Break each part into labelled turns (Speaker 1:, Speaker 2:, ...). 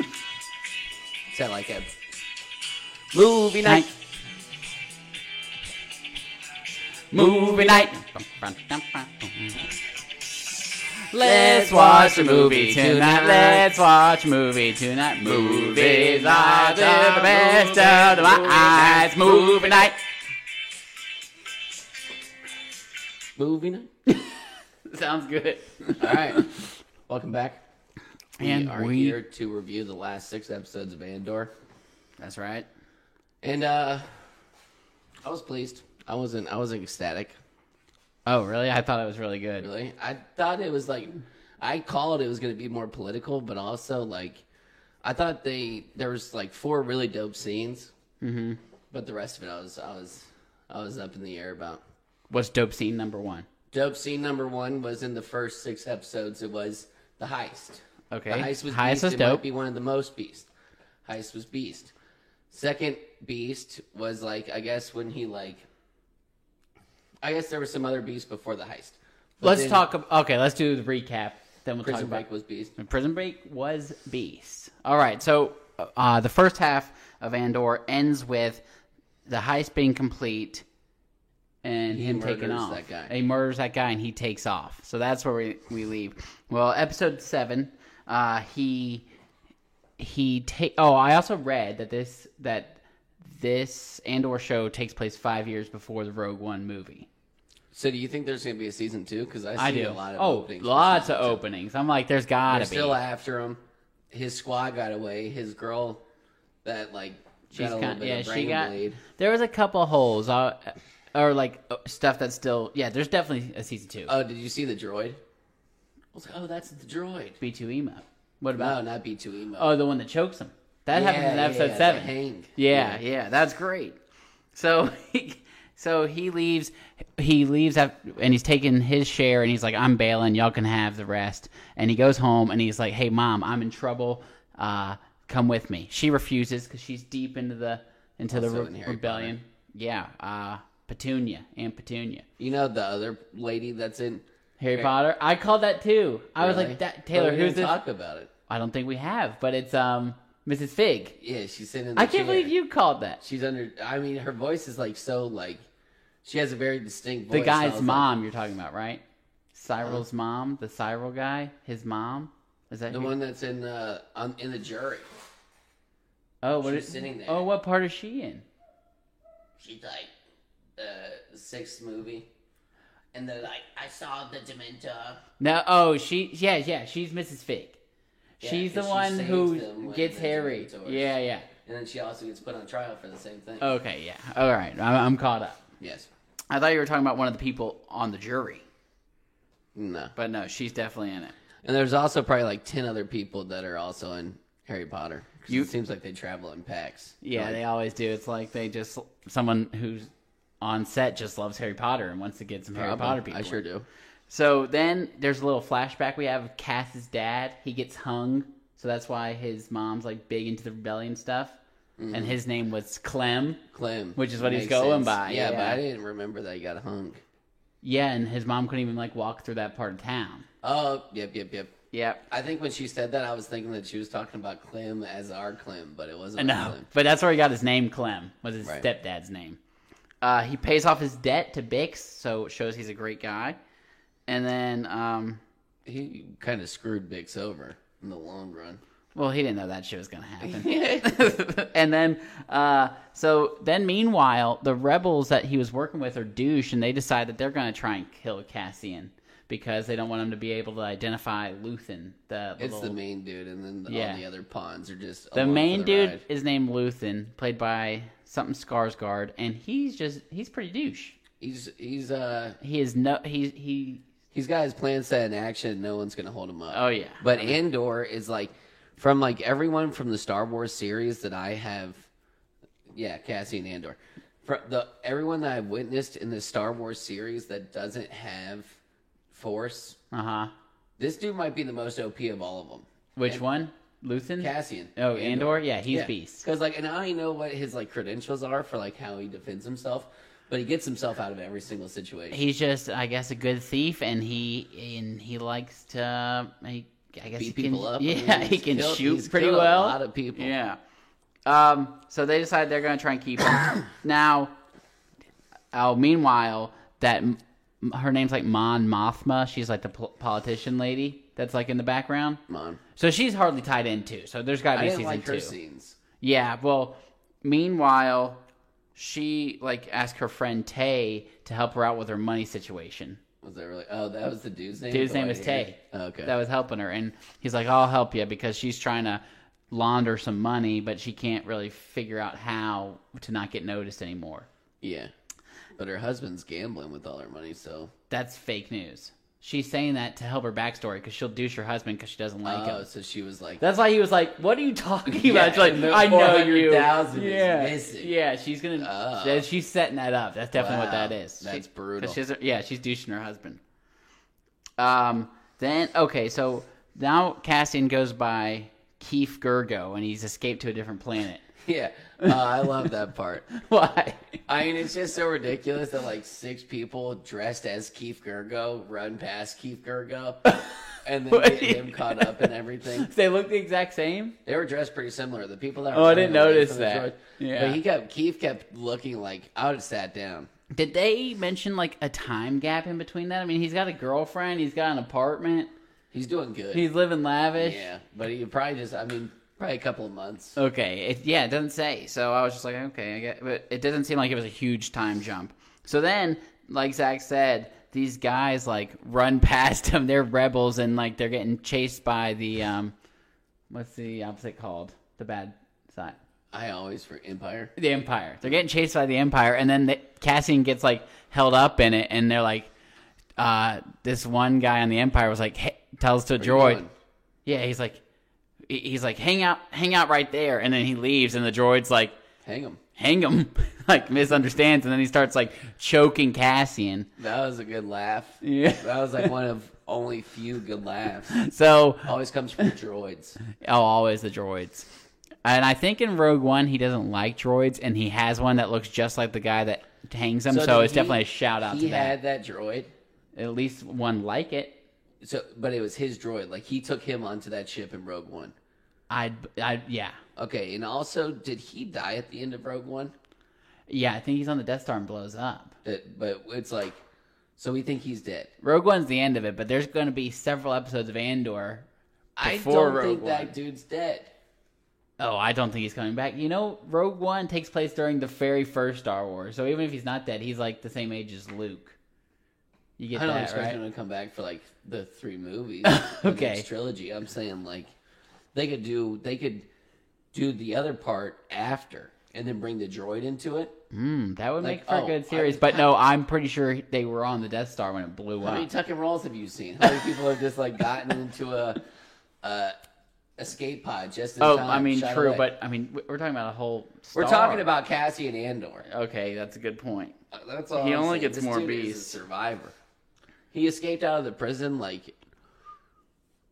Speaker 1: Is that like a movie night? Movie night. Let's watch a movie tonight. Let's watch a movie tonight. Movies are the best out of my eyes. Movie night.
Speaker 2: Movie night.
Speaker 1: Sounds good.
Speaker 2: All right. Welcome back.
Speaker 1: And
Speaker 2: we are
Speaker 1: we-
Speaker 2: here to review the last six episodes of Andor.
Speaker 1: That's right.
Speaker 2: And uh I was pleased. I wasn't I wasn't ecstatic,
Speaker 1: Oh, really? I thought it was really good.
Speaker 2: really. I thought it was like I called it was gonna be more political, but also like I thought they there was like four really dope scenes. Mm-hmm. But the rest of it I was I was I was up in the air about.
Speaker 1: What's dope scene number one?
Speaker 2: Dope scene number one was in the first six episodes. It was the heist.
Speaker 1: Okay.
Speaker 2: the heist was
Speaker 1: Heist
Speaker 2: beast.
Speaker 1: was
Speaker 2: it
Speaker 1: dope.
Speaker 2: Might be one of the most beast. Heist was beast. Second beast was like I guess when he like. I guess there was some other beast before the heist. But
Speaker 1: Let's
Speaker 2: then
Speaker 1: talk. ab- Okay, let's do the recap. Then we'll
Speaker 2: Prison
Speaker 1: talk about
Speaker 2: Break was beast.
Speaker 1: And Prison Break was beast. All right, so uh, the first half of Andor ends with the heist being complete and him taking
Speaker 2: murders
Speaker 1: off.
Speaker 2: that guy.
Speaker 1: He murders that guy and he takes off. So that's where we, we leave. Well, episode seven, uh, he he take. Oh, I also read that this that this Andor show takes place five years before the Rogue One movie.
Speaker 2: So do you think there's gonna be a season two? Because I see
Speaker 1: I do.
Speaker 2: a lot of
Speaker 1: oh,
Speaker 2: openings. for
Speaker 1: lots
Speaker 2: season
Speaker 1: of
Speaker 2: two.
Speaker 1: openings. I'm like, there's gotta
Speaker 2: They're
Speaker 1: be.
Speaker 2: still after him. His squad got away. His girl, that like
Speaker 1: She's
Speaker 2: got a little
Speaker 1: kind
Speaker 2: bit
Speaker 1: yeah,
Speaker 2: of
Speaker 1: she
Speaker 2: brain
Speaker 1: got.
Speaker 2: blade.
Speaker 1: There was a couple holes, uh, or like uh, stuff that's still. Yeah, there's definitely a season two.
Speaker 2: Oh, did you see the droid? I was like, oh, that's the droid.
Speaker 1: B two emo. What
Speaker 2: No,
Speaker 1: about?
Speaker 2: not B two emo.
Speaker 1: Oh, the one that chokes him. That happens in episode
Speaker 2: uh, yeah,
Speaker 1: seven.
Speaker 2: the hang.
Speaker 1: Yeah, yeah, that's great. So, he, so he leaves. He leaves after, and he's taking his share, and he's like, "I'm bailing. Y'all can have the rest." And he goes home, and he's like, "Hey, mom, I'm in trouble. Uh, come with me." She refuses because she's deep into the into
Speaker 2: Also
Speaker 1: the
Speaker 2: in
Speaker 1: re-
Speaker 2: Harry
Speaker 1: rebellion. Yeah, uh, Petunia and Petunia.
Speaker 2: You know the other lady that's in.
Speaker 1: Harry Potter. I called that too. I was
Speaker 2: Really?
Speaker 1: like, that,
Speaker 2: But
Speaker 1: "Taylor,
Speaker 2: we
Speaker 1: who's
Speaker 2: didn't
Speaker 1: this?"
Speaker 2: Talk about it.
Speaker 1: I don't think we have, but it's um Mrs. Fig.
Speaker 2: Yeah, she's sitting. In the
Speaker 1: I
Speaker 2: chair.
Speaker 1: can't believe you called that.
Speaker 2: She's under. I mean, her voice is like so like. She has a very distinct voice.
Speaker 1: The
Speaker 2: I
Speaker 1: guy's
Speaker 2: was like,
Speaker 1: mom you're talking about, right? Cyril's mom, the Cyril guy, his mom. Is that
Speaker 2: the
Speaker 1: who-
Speaker 2: one that's in uh on, in the jury.
Speaker 1: Oh, what
Speaker 2: she's
Speaker 1: is-
Speaker 2: sitting there.
Speaker 1: Oh, what part is she in?
Speaker 2: She's like, uh, the sixth movie, and they're like, I saw the Dementor.
Speaker 1: No, oh, she yeah, yeah, she's Mrs. Fig. she's
Speaker 2: 'cause
Speaker 1: the
Speaker 2: she saves
Speaker 1: one
Speaker 2: them
Speaker 1: who
Speaker 2: when
Speaker 1: gets
Speaker 2: the
Speaker 1: Harry.
Speaker 2: Dementors-
Speaker 1: Yeah, yeah.
Speaker 2: And then she also gets put on trial for the same thing.
Speaker 1: Okay, yeah. All right, I'm, I'm caught up.
Speaker 2: Yes.
Speaker 1: I thought you were talking about one of the people on the jury,
Speaker 2: No.
Speaker 1: but no, she's definitely in it.
Speaker 2: And there's also probably like ten other people that are also in Harry Potter. 'Cause
Speaker 1: You-
Speaker 2: it seems like they travel in packs.
Speaker 1: Yeah, they always do. It's like they just someone who's on set just loves Harry Potter and wants to get some Harry
Speaker 2: Probably.
Speaker 1: Potter people.
Speaker 2: I
Speaker 1: in.
Speaker 2: sure do.
Speaker 1: So then there's a little flashback we have of Cass's dad. He gets hung, so that's why his mom's like big into the rebellion stuff. And his name was Clem.
Speaker 2: Clem,
Speaker 1: Which is what he's
Speaker 2: Makes sense.
Speaker 1: going by,
Speaker 2: Yeah, but
Speaker 1: yeah.
Speaker 2: I didn't remember that he got hung.
Speaker 1: Yeah, and his mom couldn't even like walk through that part of town.
Speaker 2: Oh, yep, yep, yep.
Speaker 1: Yep.
Speaker 2: I think when she said that, I was thinking that she was talking about Clem as our Clem, but it wasn't. our
Speaker 1: No,
Speaker 2: Clem.
Speaker 1: but that's where he got his name. Clem was his
Speaker 2: Right.
Speaker 1: stepdad's name. Uh, he pays off his debt to Bix, so it shows he's a great guy. And then, um,
Speaker 2: he kind of screwed Bix over in the long run.
Speaker 1: Well, he didn't know that shit was going to happen. and then, uh, so then, meanwhile, the rebels that he was working with are douche, and they decide that they're going to try and kill Cassian because they don't want him to be able to identify Luthen. The
Speaker 2: It's
Speaker 1: little,
Speaker 2: the main dude, and then the,
Speaker 1: Yeah.
Speaker 2: all the other pawns are just
Speaker 1: the
Speaker 2: along for
Speaker 1: main dude
Speaker 2: ride.
Speaker 1: is named Luthen, played by something Skarsgård, and he's just he's pretty douche.
Speaker 2: He's he's uh
Speaker 1: He is no he he.
Speaker 2: he's got his plan set in action. and No one's gonna hold him up.
Speaker 1: Oh, yeah.
Speaker 2: But Andor is like from like everyone from the Star Wars series that I have. Yeah, Cassie and Andor. For the everyone that I've witnessed in the Star Wars series that doesn't have Force,
Speaker 1: Uh huh.
Speaker 2: this dude might be the most OP of all of them.
Speaker 1: Which one? Luthen.
Speaker 2: Cassian.
Speaker 1: Oh, Andor. Yeah, he's beast.
Speaker 2: Because like, and I don't know what his like credentials are for like how he defends himself, but he gets himself out of every single situation.
Speaker 1: he's just i guess a good thief and he and he likes to he I guess
Speaker 2: beat
Speaker 1: he can,
Speaker 2: people up. I mean,
Speaker 1: Yeah, he
Speaker 2: he's
Speaker 1: can
Speaker 2: killed-
Speaker 1: shoot
Speaker 2: he's
Speaker 1: pretty
Speaker 2: killed
Speaker 1: well.
Speaker 2: A lot of people.
Speaker 1: Yeah. Um, so they decide they're going to try and keep him. now, oh, meanwhile, that m- her name's like Mon Mothma. She's like the pol- politician lady that's like in the background.
Speaker 2: Come on.
Speaker 1: So she's hardly tied in too. So there's got to
Speaker 2: I
Speaker 1: be
Speaker 2: didn't
Speaker 1: season
Speaker 2: like her
Speaker 1: two.
Speaker 2: scenes.
Speaker 1: Yeah, well, meanwhile, she like asked her friend Tay to help her out with her money situation.
Speaker 2: Was that really? Oh, that was the dude's name.
Speaker 1: Dude's
Speaker 2: The
Speaker 1: name
Speaker 2: white
Speaker 1: is
Speaker 2: hair?
Speaker 1: Tay.
Speaker 2: Oh, okay.
Speaker 1: That was helping her, and he's like, "I'll help you" because she's trying to launder some money, but she can't really figure out how to not get noticed anymore.
Speaker 2: yeah. But her husband's gambling with all her money, so
Speaker 1: That's fake news. She's saying that to help her backstory because she'll douche her husband because she doesn't like
Speaker 2: oh,
Speaker 1: him.
Speaker 2: so she was like,
Speaker 1: That's why he was like, "What are you talking about?"
Speaker 2: Yeah,
Speaker 1: She's like,
Speaker 2: and the
Speaker 1: "I know you."
Speaker 2: 400,000 is
Speaker 1: yeah,
Speaker 2: missing.
Speaker 1: yeah. She's gonna.
Speaker 2: Oh.
Speaker 1: She's setting that up. That's definitely
Speaker 2: Wow,
Speaker 1: what that is.
Speaker 2: that's
Speaker 1: 'cause
Speaker 2: brutal.
Speaker 1: She's, yeah, she's douching her husband. Um. Then okay, so now Cassian goes by Keith Gergo, and he's escaped to a different planet.
Speaker 2: yeah, uh, I love that part.
Speaker 1: Why?
Speaker 2: I mean, it's just so ridiculous that like six people dressed as Keith Gergo run past Keith Gergo, and then get him caught up and everything.
Speaker 1: they look the exact same.
Speaker 2: They were dressed pretty similar. The people that
Speaker 1: Oh,
Speaker 2: were
Speaker 1: I didn't
Speaker 2: running away
Speaker 1: notice
Speaker 2: from the
Speaker 1: that.
Speaker 2: shores-
Speaker 1: Yeah.
Speaker 2: but he kept Keith kept looking like I would have sat down.
Speaker 1: Did they mention like a time gap in between that? I mean, he's got a girlfriend. He's got an apartment.
Speaker 2: He's doing good.
Speaker 1: He's living lavish.
Speaker 2: yeah, but he probably just I mean probably a couple of months.
Speaker 1: Okay, it, yeah, it doesn't say. So I was just like, okay, I get, but it doesn't seem like it was a huge time jump. So then, like Zach said, these guys like run past him. They're rebels and like they're getting chased by the um, what's the opposite called? The bad side.
Speaker 2: I always for Empire.
Speaker 1: The Empire. They're getting chased by the Empire, and then the, Cassian gets like held up in it, and they're like, uh, this one guy on the Empire was like, hey, tells to
Speaker 2: you
Speaker 1: droid,
Speaker 2: doing?
Speaker 1: yeah, he's like, he- he's like, hang out, hang out right there, and then he leaves, and the droid's like,
Speaker 2: Hang him.
Speaker 1: hang him, like misunderstands, and then he starts like choking Cassian.
Speaker 2: That was a good laugh.
Speaker 1: Yeah.
Speaker 2: That was like one of only few good laughs.
Speaker 1: So,
Speaker 2: Always comes from droids.
Speaker 1: oh, always the droids. And I think in Rogue One, he doesn't like droids, and he has one that looks just like the guy that hangs him. So,
Speaker 2: did
Speaker 1: it's
Speaker 2: he-
Speaker 1: definitely a shout out
Speaker 2: He
Speaker 1: to that.
Speaker 2: had that droid.
Speaker 1: At least one like it.
Speaker 2: So, but it was his droid. Like he took him onto that ship in Rogue One.
Speaker 1: I, I, yeah,
Speaker 2: Okay, and also, did he die at the end of Rogue One?
Speaker 1: yeah. I think he's on the Death Star and blows up.
Speaker 2: It, but it's like, so we think he's dead.
Speaker 1: Rogue One's the end of it, but there's going to be several episodes of Andor.
Speaker 2: I
Speaker 1: before
Speaker 2: don't
Speaker 1: Rogue
Speaker 2: think
Speaker 1: One.
Speaker 2: that dude's dead.
Speaker 1: Oh, I don't think he's coming back. You know, Rogue One takes place during the very first Star Wars, so even if he's not dead, he's like the same age as Luke. You get
Speaker 2: I don't
Speaker 1: that
Speaker 2: expect
Speaker 1: right?
Speaker 2: him to come back for like the three movies, the
Speaker 1: Okay.
Speaker 2: next trilogy. I'm saying like, they could do they could do the other part after, and then bring the droid into it.
Speaker 1: Mm, that would
Speaker 2: Like,
Speaker 1: make for
Speaker 2: oh,
Speaker 1: a good
Speaker 2: I-
Speaker 1: series. but no, I'm pretty sure they were on the Death Star when it blew
Speaker 2: How many
Speaker 1: up.
Speaker 2: tuck and rolls have you seen? How many people have just like gotten into a, a escape pod just in
Speaker 1: Oh,
Speaker 2: time?
Speaker 1: I mean,
Speaker 2: shot
Speaker 1: true,
Speaker 2: away?
Speaker 1: but I mean, we- we're talking about a whole.
Speaker 2: we're
Speaker 1: star.
Speaker 2: talking about Cassie and Andor.
Speaker 1: Okay, that's a good point.
Speaker 2: That's all.
Speaker 1: He
Speaker 2: I'm
Speaker 1: only
Speaker 2: saying.
Speaker 1: gets
Speaker 2: This
Speaker 1: more
Speaker 2: dude is a
Speaker 1: bees.
Speaker 2: survivor. He escaped out of the prison like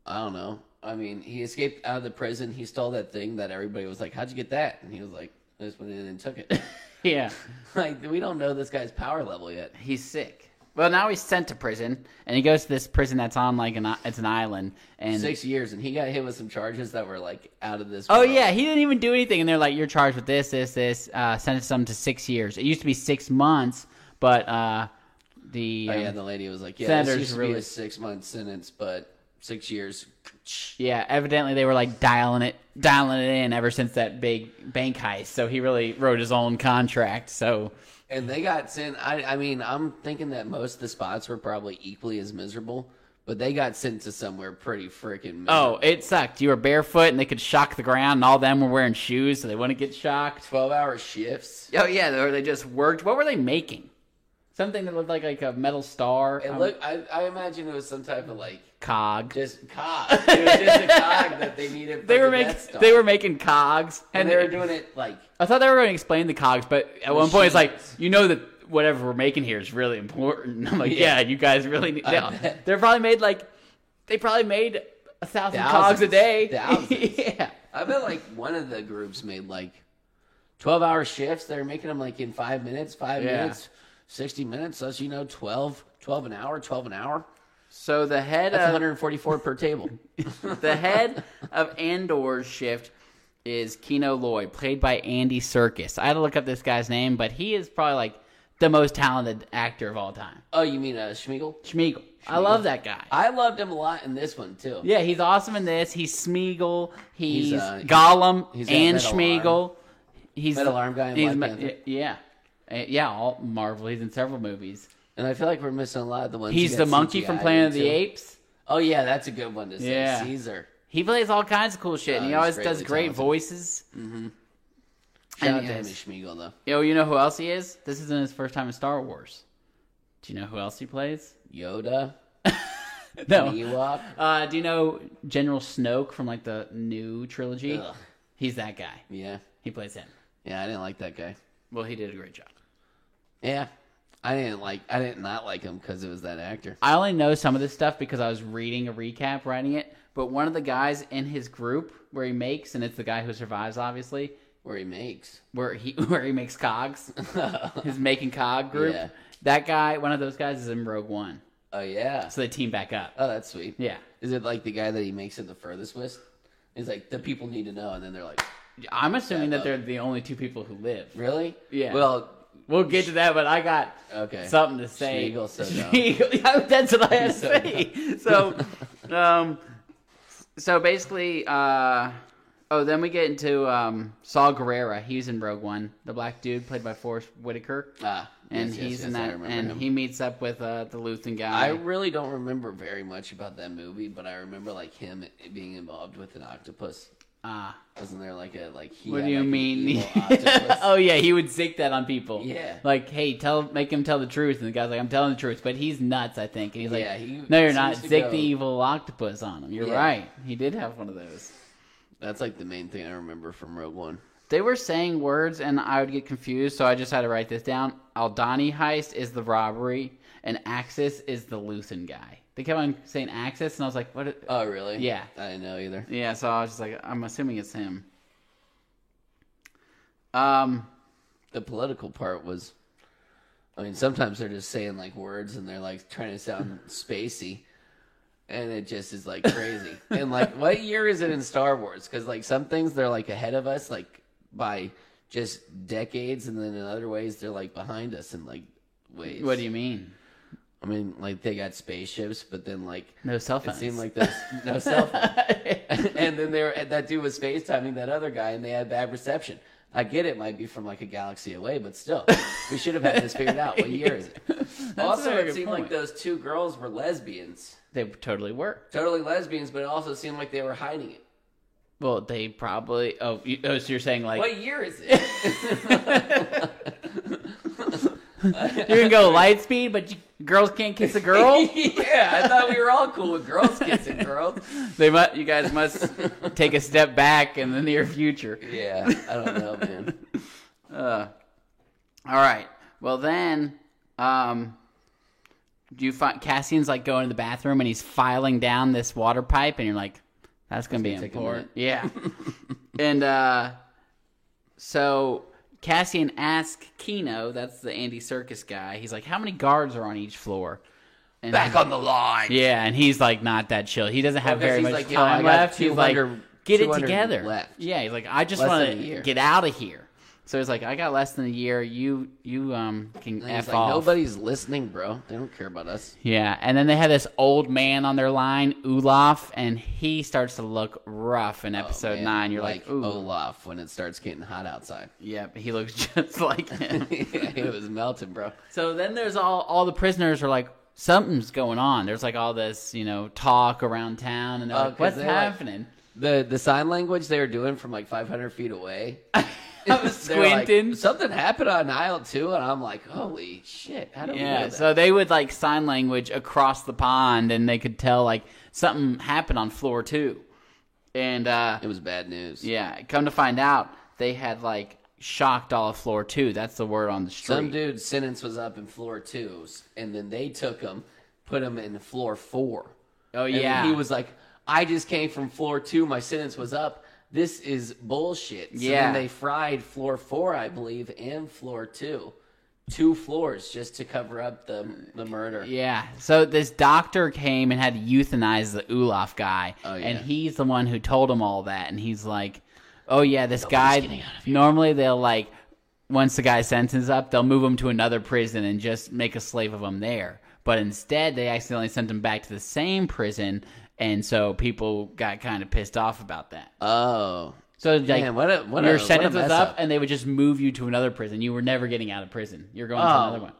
Speaker 2: I don't know. I mean, he escaped out of the prison. He stole that thing that everybody was like, "How'd you get that?" And he was like, "I just went in and took it."
Speaker 1: Yeah.
Speaker 2: like we don't know this guy's power level yet.
Speaker 1: He's sick. Well, now he's sent to prison, and he goes to this prison that's on like an i- it's an island. And
Speaker 2: Six years, and he got hit with some charges that were like out of this.
Speaker 1: oh
Speaker 2: world.
Speaker 1: yeah, he didn't even do anything, and they're like, "You're charged with this, this, this." Uh, sentenced him to six years. It used to be six months, but uh, the
Speaker 2: Oh,
Speaker 1: um,
Speaker 2: yeah, the lady was like, "Yeah, this
Speaker 1: Senators
Speaker 2: used to be
Speaker 1: really-
Speaker 2: a six-month sentence, but six years."
Speaker 1: yeah, evidently they were like dialing it dialing it in ever since that big bank heist. So he really wrote his own contract. So
Speaker 2: And they got sent. I, I mean, I'm thinking that most of the spots were probably equally as miserable, but they got sent to somewhere pretty freaking. miserable.
Speaker 1: oh, it sucked. You were barefoot, and they could shock the ground, and all them were wearing shoes, so they wouldn't get shocked.
Speaker 2: twelve-hour shifts.
Speaker 1: Oh yeah, or they just worked. What were they making? Something that looked like like a metal star.
Speaker 2: And
Speaker 1: um,
Speaker 2: look, I, I imagine it was some type of like
Speaker 1: cog.
Speaker 2: just cog. It was just a cog that they needed. For
Speaker 1: They were
Speaker 2: the
Speaker 1: making
Speaker 2: Death Star.
Speaker 1: they were making cogs,
Speaker 2: and they were doing it like
Speaker 1: I thought they were going to explain the cogs, but at one point it's like
Speaker 2: Machines.
Speaker 1: you know that whatever we're making here is really important. I'm like, yeah, you guys really need.
Speaker 2: I
Speaker 1: They,
Speaker 2: bet.
Speaker 1: they're probably made like they probably made a thousand cogs a
Speaker 2: Thousands.
Speaker 1: day.
Speaker 2: Thousands.
Speaker 1: yeah.
Speaker 2: I bet like one of the groups made like twelve hour shifts. They're making them like in five minutes, five
Speaker 1: Yeah.
Speaker 2: minutes, sixty minutes. That's you know 12, 12 an hour, twelve an hour.
Speaker 1: So the head
Speaker 2: That's
Speaker 1: of
Speaker 2: 144 per table.
Speaker 1: the head of Andor's shift is Keno Lloyd, played by Andy Serkis. I had to look up this guy's name, but he is probably like the most talented actor of all time.
Speaker 2: Oh, you mean uh, Schmiegel?
Speaker 1: Schmiegel. I love that guy.
Speaker 2: I loved him a lot in this one too.
Speaker 1: Yeah, he's awesome in this. He's Smeagol. He's,
Speaker 2: uh,
Speaker 1: Gollum
Speaker 2: he's that
Speaker 1: and
Speaker 2: metal
Speaker 1: Schmeagol. He's
Speaker 2: Metal arm guy in
Speaker 1: he's
Speaker 2: Black
Speaker 1: me-
Speaker 2: Panther.
Speaker 1: yeah, Uh, yeah. All Marvel. He's in several movies.
Speaker 2: And I feel like we're missing a lot of the ones.
Speaker 1: He's
Speaker 2: who
Speaker 1: the
Speaker 2: got
Speaker 1: monkey from
Speaker 2: CGI
Speaker 1: Planet of the
Speaker 2: into.
Speaker 1: Apes.
Speaker 2: Oh yeah, that's a good one to say.
Speaker 1: Yeah.
Speaker 2: Caesar.
Speaker 1: He plays all kinds of cool shit, and
Speaker 2: Oh,
Speaker 1: he
Speaker 2: he's
Speaker 1: always
Speaker 2: greatly
Speaker 1: does great
Speaker 2: talented.
Speaker 1: voices.
Speaker 2: Shout out to him
Speaker 1: Anyways.
Speaker 2: and Schmiegel though.
Speaker 1: Yo, you know who else he is? This isn't his first time in Star Wars. Do you know who else he plays?
Speaker 2: Yoda,
Speaker 1: No.
Speaker 2: Ewok.
Speaker 1: Uh, do you know General Snoke from like the new trilogy?
Speaker 2: Ugh.
Speaker 1: He's that guy.
Speaker 2: Yeah,
Speaker 1: He plays him.
Speaker 2: yeah. I didn't like that guy.
Speaker 1: Well, he did a great job.
Speaker 2: Yeah, I didn't like. I didn't not like him because it was that actor.
Speaker 1: I only know some of this stuff because I was reading a recap, writing it. But one of the guys in his group where he makes, and it's the guy who survives, obviously,
Speaker 2: Where he makes.
Speaker 1: where he where he makes cogs,
Speaker 2: Oh,
Speaker 1: his making cog group.
Speaker 2: Yeah.
Speaker 1: That guy, one of those guys, is in Rogue One,
Speaker 2: Oh yeah.
Speaker 1: so they team back up.
Speaker 2: Oh, that's sweet.
Speaker 1: Yeah,
Speaker 2: Is it like the guy that he makes it the furthest with? He's like, the people need to know, and then they're like,
Speaker 1: I'm assuming
Speaker 2: Yeah,
Speaker 1: that
Speaker 2: uh,
Speaker 1: they're the only two people who live.
Speaker 2: really?
Speaker 1: Yeah.
Speaker 2: Well,
Speaker 1: We'll get to that, but I got
Speaker 2: Okay.
Speaker 1: something to say.
Speaker 2: Schmeagle's so dumb.
Speaker 1: Schmeagle- That's what I had to
Speaker 2: so
Speaker 1: say. So, um, so basically, uh, oh, then we get into um, Saul Guerrera. He's in Rogue One, the black dude played by Forrest Whitaker,
Speaker 2: ah,
Speaker 1: and
Speaker 2: yes, yes,
Speaker 1: he's
Speaker 2: yes,
Speaker 1: in
Speaker 2: I
Speaker 1: that,
Speaker 2: remember
Speaker 1: and
Speaker 2: him.
Speaker 1: he meets up with uh, the Luthen guy.
Speaker 2: I really don't remember very much about that movie, but I remember like him being involved with an octopus.
Speaker 1: Ah.
Speaker 2: Wasn't there like a like he?
Speaker 1: what
Speaker 2: had,
Speaker 1: do you
Speaker 2: like, an
Speaker 1: mean?
Speaker 2: evil octopus?
Speaker 1: oh yeah, he would zig that on people.
Speaker 2: Yeah.
Speaker 1: like hey, tell make him tell the truth, and the guy's like, I'm telling the truth, but he's nuts, I think, and he's like,
Speaker 2: Yeah, he
Speaker 1: No, you're not.
Speaker 2: seems to
Speaker 1: Zig
Speaker 2: go-
Speaker 1: the evil octopus on him. You're
Speaker 2: Yeah.
Speaker 1: right. He did have one of those.
Speaker 2: That's like the main thing I remember from Rogue One.
Speaker 1: They were saying words, and I would get confused, so I just had to write this down. Aldani heist is the robbery, and Axis is the Luthen guy. They kept on saying Axis, and I was like, what? i-
Speaker 2: Oh, really?
Speaker 1: Yeah.
Speaker 2: I didn't know either.
Speaker 1: Yeah, so I was just like, I'm assuming it's him. Um.
Speaker 2: The political part was. I mean, sometimes they're just saying like words and they're like trying to sound spacey, and it just is like crazy. and like, what year is it in Star Wars? Because like some things they're like ahead of us, like by just decades, and then in other ways they're like behind us in like ways.
Speaker 1: What do you mean?
Speaker 2: I mean, like they got spaceships, but then like
Speaker 1: No cell
Speaker 2: it
Speaker 1: phones.
Speaker 2: seemed like there's no cell phone. and then they were, and that dude was FaceTiming that other guy, and they had bad reception. I get it might be from like a galaxy away, but still, we should have had this figured out. What year is it? also,
Speaker 1: very
Speaker 2: it
Speaker 1: good
Speaker 2: seemed
Speaker 1: point.
Speaker 2: like those two girls were lesbians,
Speaker 1: they totally worked.
Speaker 2: totally lesbians, but it also seemed like they were hiding it.
Speaker 1: Well, they probably. Oh, you, oh so you're saying like
Speaker 2: What year is it?
Speaker 1: you can go light speed, but you, girls can't kiss a girl.
Speaker 2: yeah, I thought we were all cool with girls kissing girls.
Speaker 1: They must. You guys must take a step back in the near future.
Speaker 2: Yeah, I don't know, man.
Speaker 1: All right. Well, then, um, do you find Cassian's like going to the bathroom and he's filing down this water pipe, and you're like, "That's gonna be
Speaker 2: take a
Speaker 1: important." Yeah. and uh, so Cassian asks Kino, that's the Andy Circus guy. He's like, "How many guards are on each floor?" And
Speaker 2: Back on the line.
Speaker 1: Yeah, and he's like not that chill. He doesn't have
Speaker 2: Well, 'cause
Speaker 1: very
Speaker 2: he's
Speaker 1: much
Speaker 2: like, you know,
Speaker 1: time
Speaker 2: I got
Speaker 1: left. He's like,
Speaker 2: 200
Speaker 1: get it
Speaker 2: 200
Speaker 1: together.
Speaker 2: left.
Speaker 1: Yeah, he's like, I just
Speaker 2: Less than
Speaker 1: want
Speaker 2: a year.
Speaker 1: to get out of here. So he's like, I got less than a year. You you um can
Speaker 2: And he's
Speaker 1: f
Speaker 2: like,
Speaker 1: off.
Speaker 2: nobody's listening, bro. They don't care about us.
Speaker 1: Yeah, and then they had this old man on their line, Olaf, and he starts to look rough in episode
Speaker 2: Oh, man, oh,
Speaker 1: nine. You're like, ooh,
Speaker 2: Olaf when it starts getting hot outside.
Speaker 1: yep, he looks just like him.
Speaker 2: it was melting, bro.
Speaker 1: So then there's all all the prisoners are like something's going on. There's like all this you know talk around town, and they're
Speaker 2: Oh,
Speaker 1: like,
Speaker 2: 'cause
Speaker 1: what's
Speaker 2: they're like-
Speaker 1: happening?
Speaker 2: The the sign language they were doing from like 500 feet away.
Speaker 1: I was
Speaker 2: They were like,
Speaker 1: squinting.
Speaker 2: Something happened on aisle two, and I'm like, holy shit! How do we know
Speaker 1: Yeah,
Speaker 2: that?
Speaker 1: so they would like sign language across the pond, and they could tell like something happened on floor two. And uh,
Speaker 2: it was bad news.
Speaker 1: yeah, come to find out, they had like shocked all of floor two. That's the word on the street.
Speaker 2: Some dude's sentence was up in floor twos, and then they took him, put him in floor four.
Speaker 1: Oh,
Speaker 2: And then
Speaker 1: yeah.
Speaker 2: he was like, I just came from floor two. My sentence was up. This is bullshit. So
Speaker 1: Yeah.
Speaker 2: Then they fried floor four, I believe, and floor two two floors just to cover up the the murder.
Speaker 1: Yeah. So this doctor came and had to euthanize the Olaf guy,
Speaker 2: Oh, yeah.
Speaker 1: and he's the one who told him all that. And he's like, "Oh yeah, this
Speaker 2: getting
Speaker 1: guy.
Speaker 2: out of here."
Speaker 1: Normally they'll like, once the guy's sentence is up, they'll move him to another prison and just make a slave of him there. But instead, they accidentally sent him back to the same prison, and so people got kind of pissed off about that.
Speaker 2: Oh,
Speaker 1: So like,
Speaker 2: Man, what a- what a-
Speaker 1: your
Speaker 2: what a
Speaker 1: sentence was
Speaker 2: mess
Speaker 1: up,
Speaker 2: up.
Speaker 1: and they would just move you to another prison. You were never getting out of prison. You're going to
Speaker 2: Oh.
Speaker 1: another one.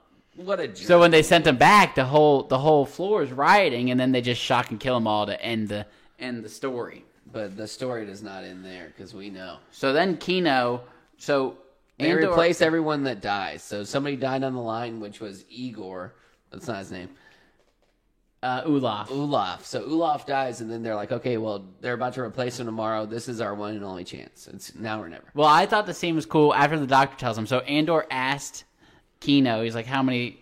Speaker 2: what a jerk.
Speaker 1: So when they sent him back, the whole the whole floor is rioting, and then they just shock and kill them all to end the end the story.
Speaker 2: but the story does not end there because we know
Speaker 1: So then Kino, so
Speaker 2: they
Speaker 1: Andor-
Speaker 2: replace everyone that dies. So somebody died on the line, which was Igor. That's not his name.
Speaker 1: uh, Olaf.
Speaker 2: Olaf. So Olaf dies, and then they're like, okay, well, they're about to replace him tomorrow. This is our one and only chance. It's now or never.
Speaker 1: Well, I thought the scene was cool after the doctor tells him. So Andor asked Kino, he's like, "How many,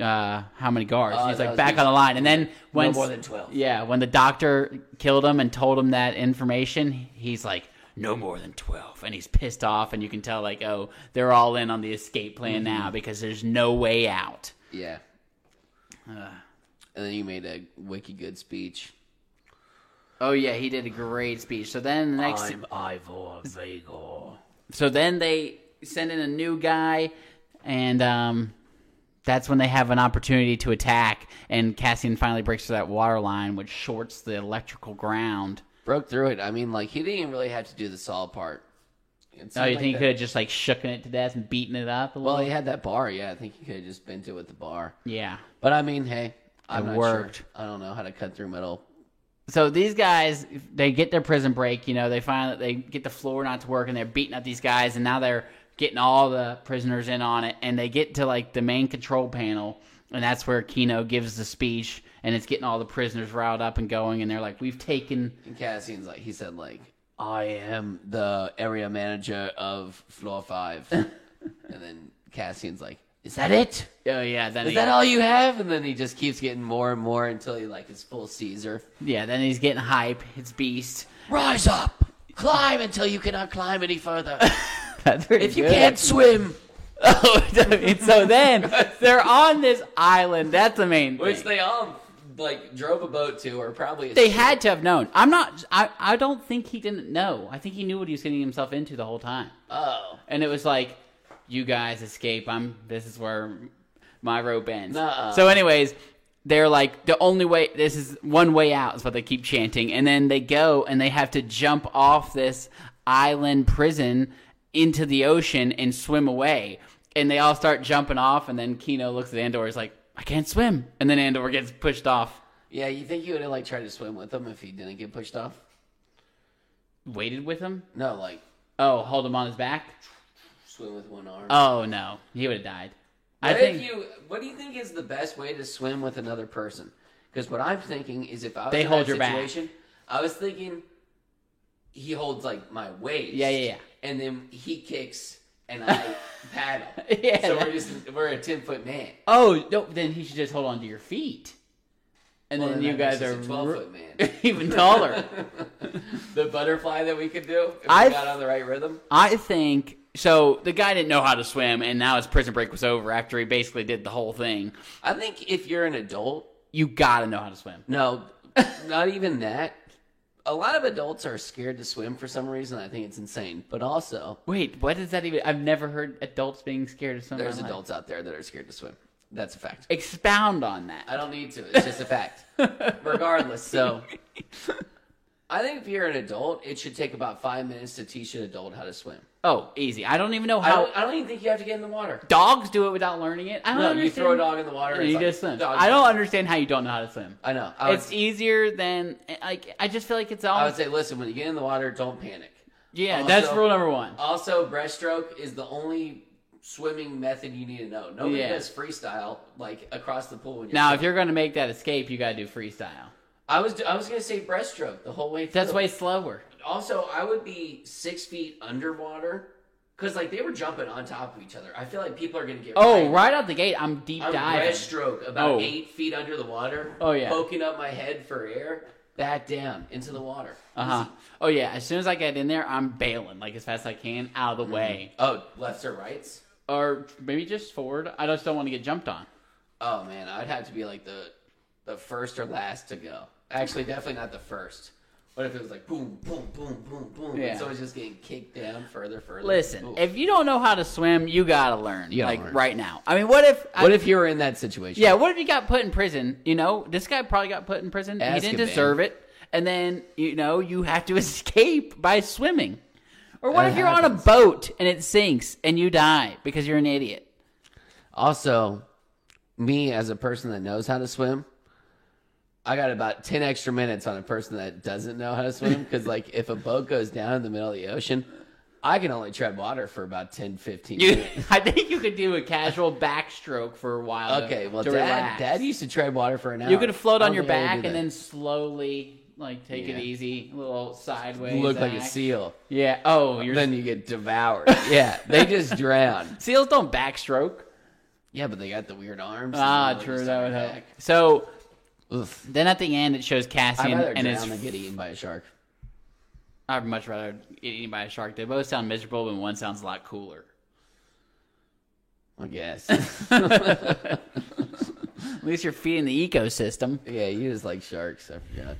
Speaker 1: uh, how many guards?"
Speaker 2: Oh,
Speaker 1: he's
Speaker 2: that
Speaker 1: like,
Speaker 2: was
Speaker 1: "Back
Speaker 2: me.
Speaker 1: on the line." And then when
Speaker 2: more than 12.
Speaker 1: yeah, when the doctor killed him and told him that information, he's like, "No more than 12. and he's pissed off, and you can tell like, oh, they're all in on the escape plan now because there's no way out.
Speaker 2: Yeah. and then you made a wiki good speech.
Speaker 1: Oh yeah, he did a great speech. So then the next,
Speaker 2: Ivor Vigor.
Speaker 1: so then they send in a new guy, and um, that's when they have an opportunity to attack. And Cassian finally breaks through that water line, which shorts the electrical ground.
Speaker 2: Broke through it. I mean, like he didn't even really have to do the saw part. It
Speaker 1: Oh,
Speaker 2: seemed
Speaker 1: you
Speaker 2: like
Speaker 1: think he
Speaker 2: that-
Speaker 1: could have just like shooken it to death and beaten it up a
Speaker 2: Well,
Speaker 1: little?
Speaker 2: he had that bar. Yeah, I think he could have just been to it with the bar.
Speaker 1: yeah.
Speaker 2: But I mean, hey, I'm
Speaker 1: It
Speaker 2: not
Speaker 1: worked.
Speaker 2: sure. I don't know how to cut through metal.
Speaker 1: so these guys they get their prison break you know they find they get the floor not to work and they're beating up these guys and now they're getting all the prisoners in on it and they get to like the main control panel and that's where Kino gives the speech and it's getting all the prisoners riled up and going and they're like we've taken
Speaker 2: And Cassian's like, he said like, I am the area manager of floor five. and then Cassian's like, Is that it?
Speaker 1: oh yeah then
Speaker 2: Is
Speaker 1: he-
Speaker 2: that all you have? And then he just keeps getting more and more until he like is full Caesar.
Speaker 1: yeah then he's getting hype it's beast
Speaker 2: Rise up, climb until you cannot climb any further.
Speaker 1: that's pretty
Speaker 2: if you
Speaker 1: good.
Speaker 2: can't swim,
Speaker 1: oh and so then they're on this island that's the main
Speaker 2: which
Speaker 1: thing.
Speaker 2: they all like drove a boat to, or probably a
Speaker 1: They
Speaker 2: ship.
Speaker 1: had to have known. I'm not. I, I don't think he didn't know. I think he knew what he was getting himself into the whole time.
Speaker 2: Oh,
Speaker 1: And it was like, you guys escape. I'm. This is where my rope ends.
Speaker 2: Nuh-uh.
Speaker 1: So, anyways, they're like the only way. This is one way out. Is what they keep chanting. And then they go and they have to jump off this island prison into the ocean and swim away. And they all start jumping off. And then Kino looks at Andor. He's like, I can't swim. And then Andor gets pushed off.
Speaker 2: yeah. You think you would have like tried to swim with him if he didn't get pushed off?
Speaker 1: Waited with him.
Speaker 2: No, like
Speaker 1: Oh, hold him on his back.
Speaker 2: swim with one arm.
Speaker 1: Oh no, he would have died. I
Speaker 2: what
Speaker 1: think
Speaker 2: if you? What do you think is the best way to swim with another person? Because what I'm thinking is if I was
Speaker 1: They
Speaker 2: in
Speaker 1: hold
Speaker 2: that
Speaker 1: your back.
Speaker 2: situation, I was thinking he holds like my waist.
Speaker 1: Yeah, yeah, yeah.
Speaker 2: And then he kicks and I paddle.
Speaker 1: Yeah,
Speaker 2: So
Speaker 1: that-
Speaker 2: we're just we're a ten foot man.
Speaker 1: Oh no, then he should just hold on to your feet, and
Speaker 2: Well,
Speaker 1: then
Speaker 2: that
Speaker 1: you guys
Speaker 2: makes
Speaker 1: are
Speaker 2: us a twelve
Speaker 1: r-
Speaker 2: foot man.
Speaker 1: even taller.
Speaker 2: the butterfly that we could do if
Speaker 1: I-
Speaker 2: we got on the right rhythm.
Speaker 1: I think so. The guy didn't know how to swim, and now his prison break was over after he basically did the whole thing.
Speaker 2: I think if you're an adult,
Speaker 1: You gotta know how to swim.
Speaker 2: No, not even that. A lot of adults are scared to swim for some reason. I think it's insane. But also,
Speaker 1: Wait, what is that even? I've never heard adults being scared of something.
Speaker 2: there's adults out there that are scared to swim. That's a fact.
Speaker 1: Expound on that.
Speaker 2: I don't need to. It's just a fact. Regardless, so I think if you're an adult, it should take about five minutes to teach an adult how to swim.
Speaker 1: oh, easy. I don't even know
Speaker 2: I
Speaker 1: how
Speaker 2: don't, I don't even think you have to get in the water.
Speaker 1: dogs do it without learning it. I don't
Speaker 2: No,
Speaker 1: understand.
Speaker 2: you throw a dog in the water.
Speaker 1: And
Speaker 2: it's
Speaker 1: you
Speaker 2: like,
Speaker 1: just swim.
Speaker 2: dog-
Speaker 1: I don't understand how you don't know how to swim.
Speaker 2: I know. I would,
Speaker 1: it's easier than like I just feel like it's
Speaker 2: I
Speaker 1: all
Speaker 2: would say, listen, when you get in the water, don't panic.
Speaker 1: yeah.
Speaker 2: also-
Speaker 1: that's rule number one.
Speaker 2: Also, breaststroke is the only swimming method you need to know. Nobody
Speaker 1: Yeah.
Speaker 2: does freestyle like across the pool. When you're
Speaker 1: Now, if
Speaker 2: swimming.
Speaker 1: you're gonna make that escape, you gotta do freestyle.
Speaker 2: I was I was gonna say breaststroke the whole way. Through.
Speaker 1: That's way slower.
Speaker 2: Also, I would be six feet underwater because like they were jumping on top of each other. I feel like people are gonna get
Speaker 1: Oh,
Speaker 2: right.
Speaker 1: right out the gate, I'm deep
Speaker 2: I'm
Speaker 1: diving.
Speaker 2: breaststroke about
Speaker 1: Oh.
Speaker 2: eight feet under the water.
Speaker 1: Oh, yeah.
Speaker 2: poking up my head for air, back down into the water. Um,
Speaker 1: uh huh. Oh
Speaker 2: Mm-hmm.
Speaker 1: yeah. As soon as I get in there, I'm bailing like as fast as I can out of the way.
Speaker 2: Oh, lefts or rights?
Speaker 1: or maybe just forward. I just don't want to get jumped on.
Speaker 2: Oh man, I'd have to be like the the first or last to go. Actually, definitely not the first. What if it was like boom, boom, boom, boom, boom,
Speaker 1: Yeah.
Speaker 2: and someone's just getting kicked down further, further?
Speaker 1: Listen,
Speaker 2: Ooh.
Speaker 1: if you don't know how to swim, you gotta learn.
Speaker 2: You gotta
Speaker 1: like
Speaker 2: learn.
Speaker 1: right now. I mean, what if? I,
Speaker 2: what if you were in that situation?
Speaker 1: yeah, what if you got put in prison? You know, this guy probably got put in prison. he
Speaker 2: Ask
Speaker 1: didn't
Speaker 2: him,
Speaker 1: deserve it. And then you know you have to escape by swimming. Or what
Speaker 2: That
Speaker 1: if you're on a
Speaker 2: happens.
Speaker 1: boat and it sinks and you die because you're an idiot?
Speaker 2: Also, me as a person that knows how to swim, I got about 10 extra minutes on a person that doesn't know how to swim. Because, like, if a boat goes down in the middle of the ocean, I can only tread water for about 10, 15
Speaker 1: You,
Speaker 2: minutes.
Speaker 1: I think you could do a casual backstroke for a while. to-
Speaker 2: Okay, well,
Speaker 1: to
Speaker 2: dad,
Speaker 1: relax.
Speaker 2: dad used to tread water for an hour.
Speaker 1: you could float
Speaker 2: I
Speaker 1: on
Speaker 2: don't
Speaker 1: your
Speaker 2: think I could
Speaker 1: back
Speaker 2: do
Speaker 1: and
Speaker 2: that.
Speaker 1: then slowly like take
Speaker 2: Yeah.
Speaker 1: it easy, little sideways.
Speaker 2: look like a
Speaker 1: act.
Speaker 2: seal.
Speaker 1: Yeah. Oh, you're
Speaker 2: Then you get devoured. yeah, they just drown.
Speaker 1: Seals don't backstroke.
Speaker 2: Yeah, but they got the weird arms. and they're
Speaker 1: Ah,
Speaker 2: just
Speaker 1: true.
Speaker 2: on
Speaker 1: That
Speaker 2: your
Speaker 1: would help.
Speaker 2: back.
Speaker 1: So
Speaker 2: Oof.
Speaker 1: then at the end, it shows
Speaker 2: I'd
Speaker 1: Cassian
Speaker 2: rather
Speaker 1: and his.
Speaker 2: drown than get eaten by a shark.
Speaker 1: I'd much rather get eaten by a shark. They both sound miserable, but one sounds a lot cooler.
Speaker 2: I guess.
Speaker 1: At least you're feeding the ecosystem.
Speaker 2: yeah, you just like sharks. I forgot.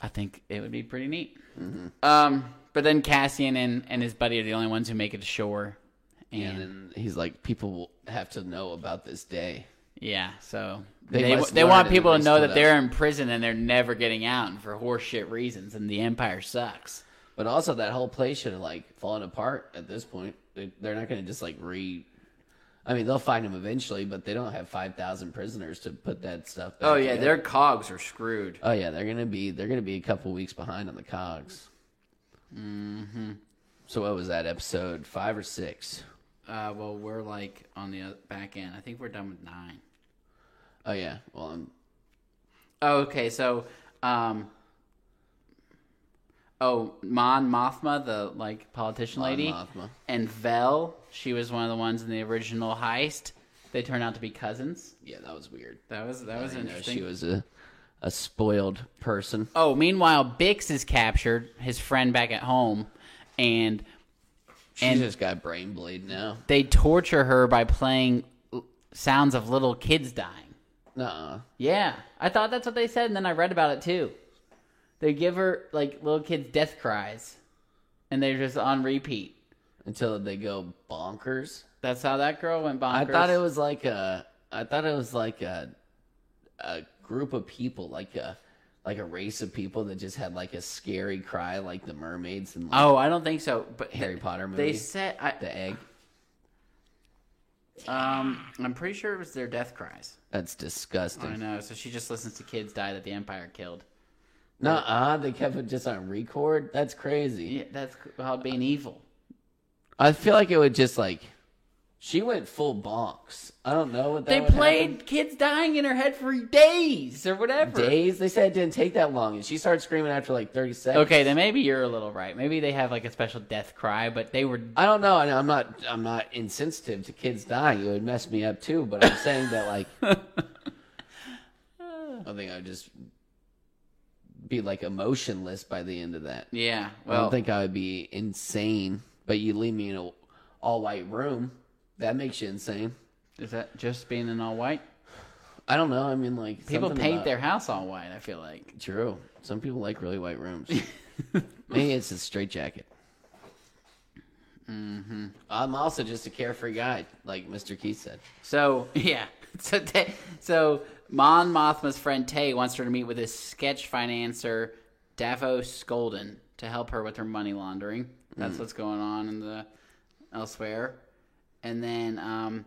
Speaker 1: I think it would be pretty neat.
Speaker 2: Mm-hmm.
Speaker 1: Um, but then Cassian and, and his buddy are the only ones who make it ashore. And yeah,
Speaker 2: And then he's like, people will have to know about this day.
Speaker 1: so
Speaker 2: They
Speaker 1: they they,
Speaker 2: must learn
Speaker 1: want
Speaker 2: and
Speaker 1: people
Speaker 2: then
Speaker 1: to
Speaker 2: they
Speaker 1: know
Speaker 2: split
Speaker 1: that they're in prison and they're never getting out and for horseshit reasons. And the Empire sucks.
Speaker 2: But also, that whole place should have like fallen apart at this point. They, they're not going to just like re. I mean, they'll find him eventually, but they don't have five thousand prisoners to put that stuff.
Speaker 1: Oh,
Speaker 2: Back together.
Speaker 1: cogs are screwed.
Speaker 2: Oh yeah, they're gonna be they're gonna be a couple weeks behind on the cogs. Mm-hmm.
Speaker 1: Mm-hmm.
Speaker 2: So what was that episode five or six?
Speaker 1: Uh, well, we're like on the oth- back end. I think we're done with nine.
Speaker 2: Oh yeah, well I'm,
Speaker 1: Oh, okay, so, um, oh, Mon Mothma, the like politician
Speaker 2: Mon
Speaker 1: lady,
Speaker 2: Mothma.
Speaker 1: and Vel, she was one of the ones in the original heist. They turned out to be cousins.
Speaker 2: yeah that was weird.
Speaker 1: That was that was
Speaker 2: You know,
Speaker 1: interesting.
Speaker 2: she was a a spoiled person.
Speaker 1: Oh, meanwhile, Bix is captured, his friend back at home, and
Speaker 2: She
Speaker 1: And-
Speaker 2: just got brain bleed now.
Speaker 1: they torture her by playing l- sounds of little kids dying.
Speaker 2: Nuh-uh.
Speaker 1: Yeah, I thought that's what they said, and then I read about it too. They give her like little kids death cries, and they're just on repeat.
Speaker 2: Until they go bonkers.
Speaker 1: That's how that girl went bonkers.
Speaker 2: I thought it was like a I thought it was like a a group of people, like a like a race of people that just had like a scary cry like the mermaids and like
Speaker 1: Oh, I don't think so. But
Speaker 2: Harry Potter movie.
Speaker 1: They said I,
Speaker 2: the egg.
Speaker 1: um, I'm pretty sure it was their death cries.
Speaker 2: That's disgusting.
Speaker 1: I know. So she just listens to kids die that the Empire killed.
Speaker 2: Nuh-uh, they kept it just on record. That's crazy.
Speaker 1: Yeah, that's called being evil.
Speaker 2: I feel like it would just like she went full bonks. I don't know what that
Speaker 1: They
Speaker 2: would
Speaker 1: played kids dying in her head for days or whatever.
Speaker 2: happen. days. They said it didn't take that long, and she started screaming after like thirty seconds.
Speaker 1: Okay, then maybe you're a little right. Maybe they have like a special death cry, but they were
Speaker 2: I don't know, and I'm not I'm not insensitive to kids dying. It would mess me up too, but I'm saying that like I think I would just be like emotionless by the end of that.
Speaker 1: yeah.
Speaker 2: I
Speaker 1: Well,
Speaker 2: don't think I would be insane, but you leave me in a all white room, that makes you insane.
Speaker 1: Is that just being in all white?
Speaker 2: I don't know. I mean, like
Speaker 1: People
Speaker 2: something
Speaker 1: paint
Speaker 2: about-
Speaker 1: their house all white. I feel like
Speaker 2: true. Some people like really white rooms. Maybe it's a straight jacket. Mm-hmm. I'm also just a carefree guy, like Mr. Keith said.
Speaker 1: so. Yeah. So Tay- so Mon Mothma's friend Tay wants her to meet with his sketch financer Davos Golden to help her with her money laundering. That's what's going on in the elsewhere. And then um,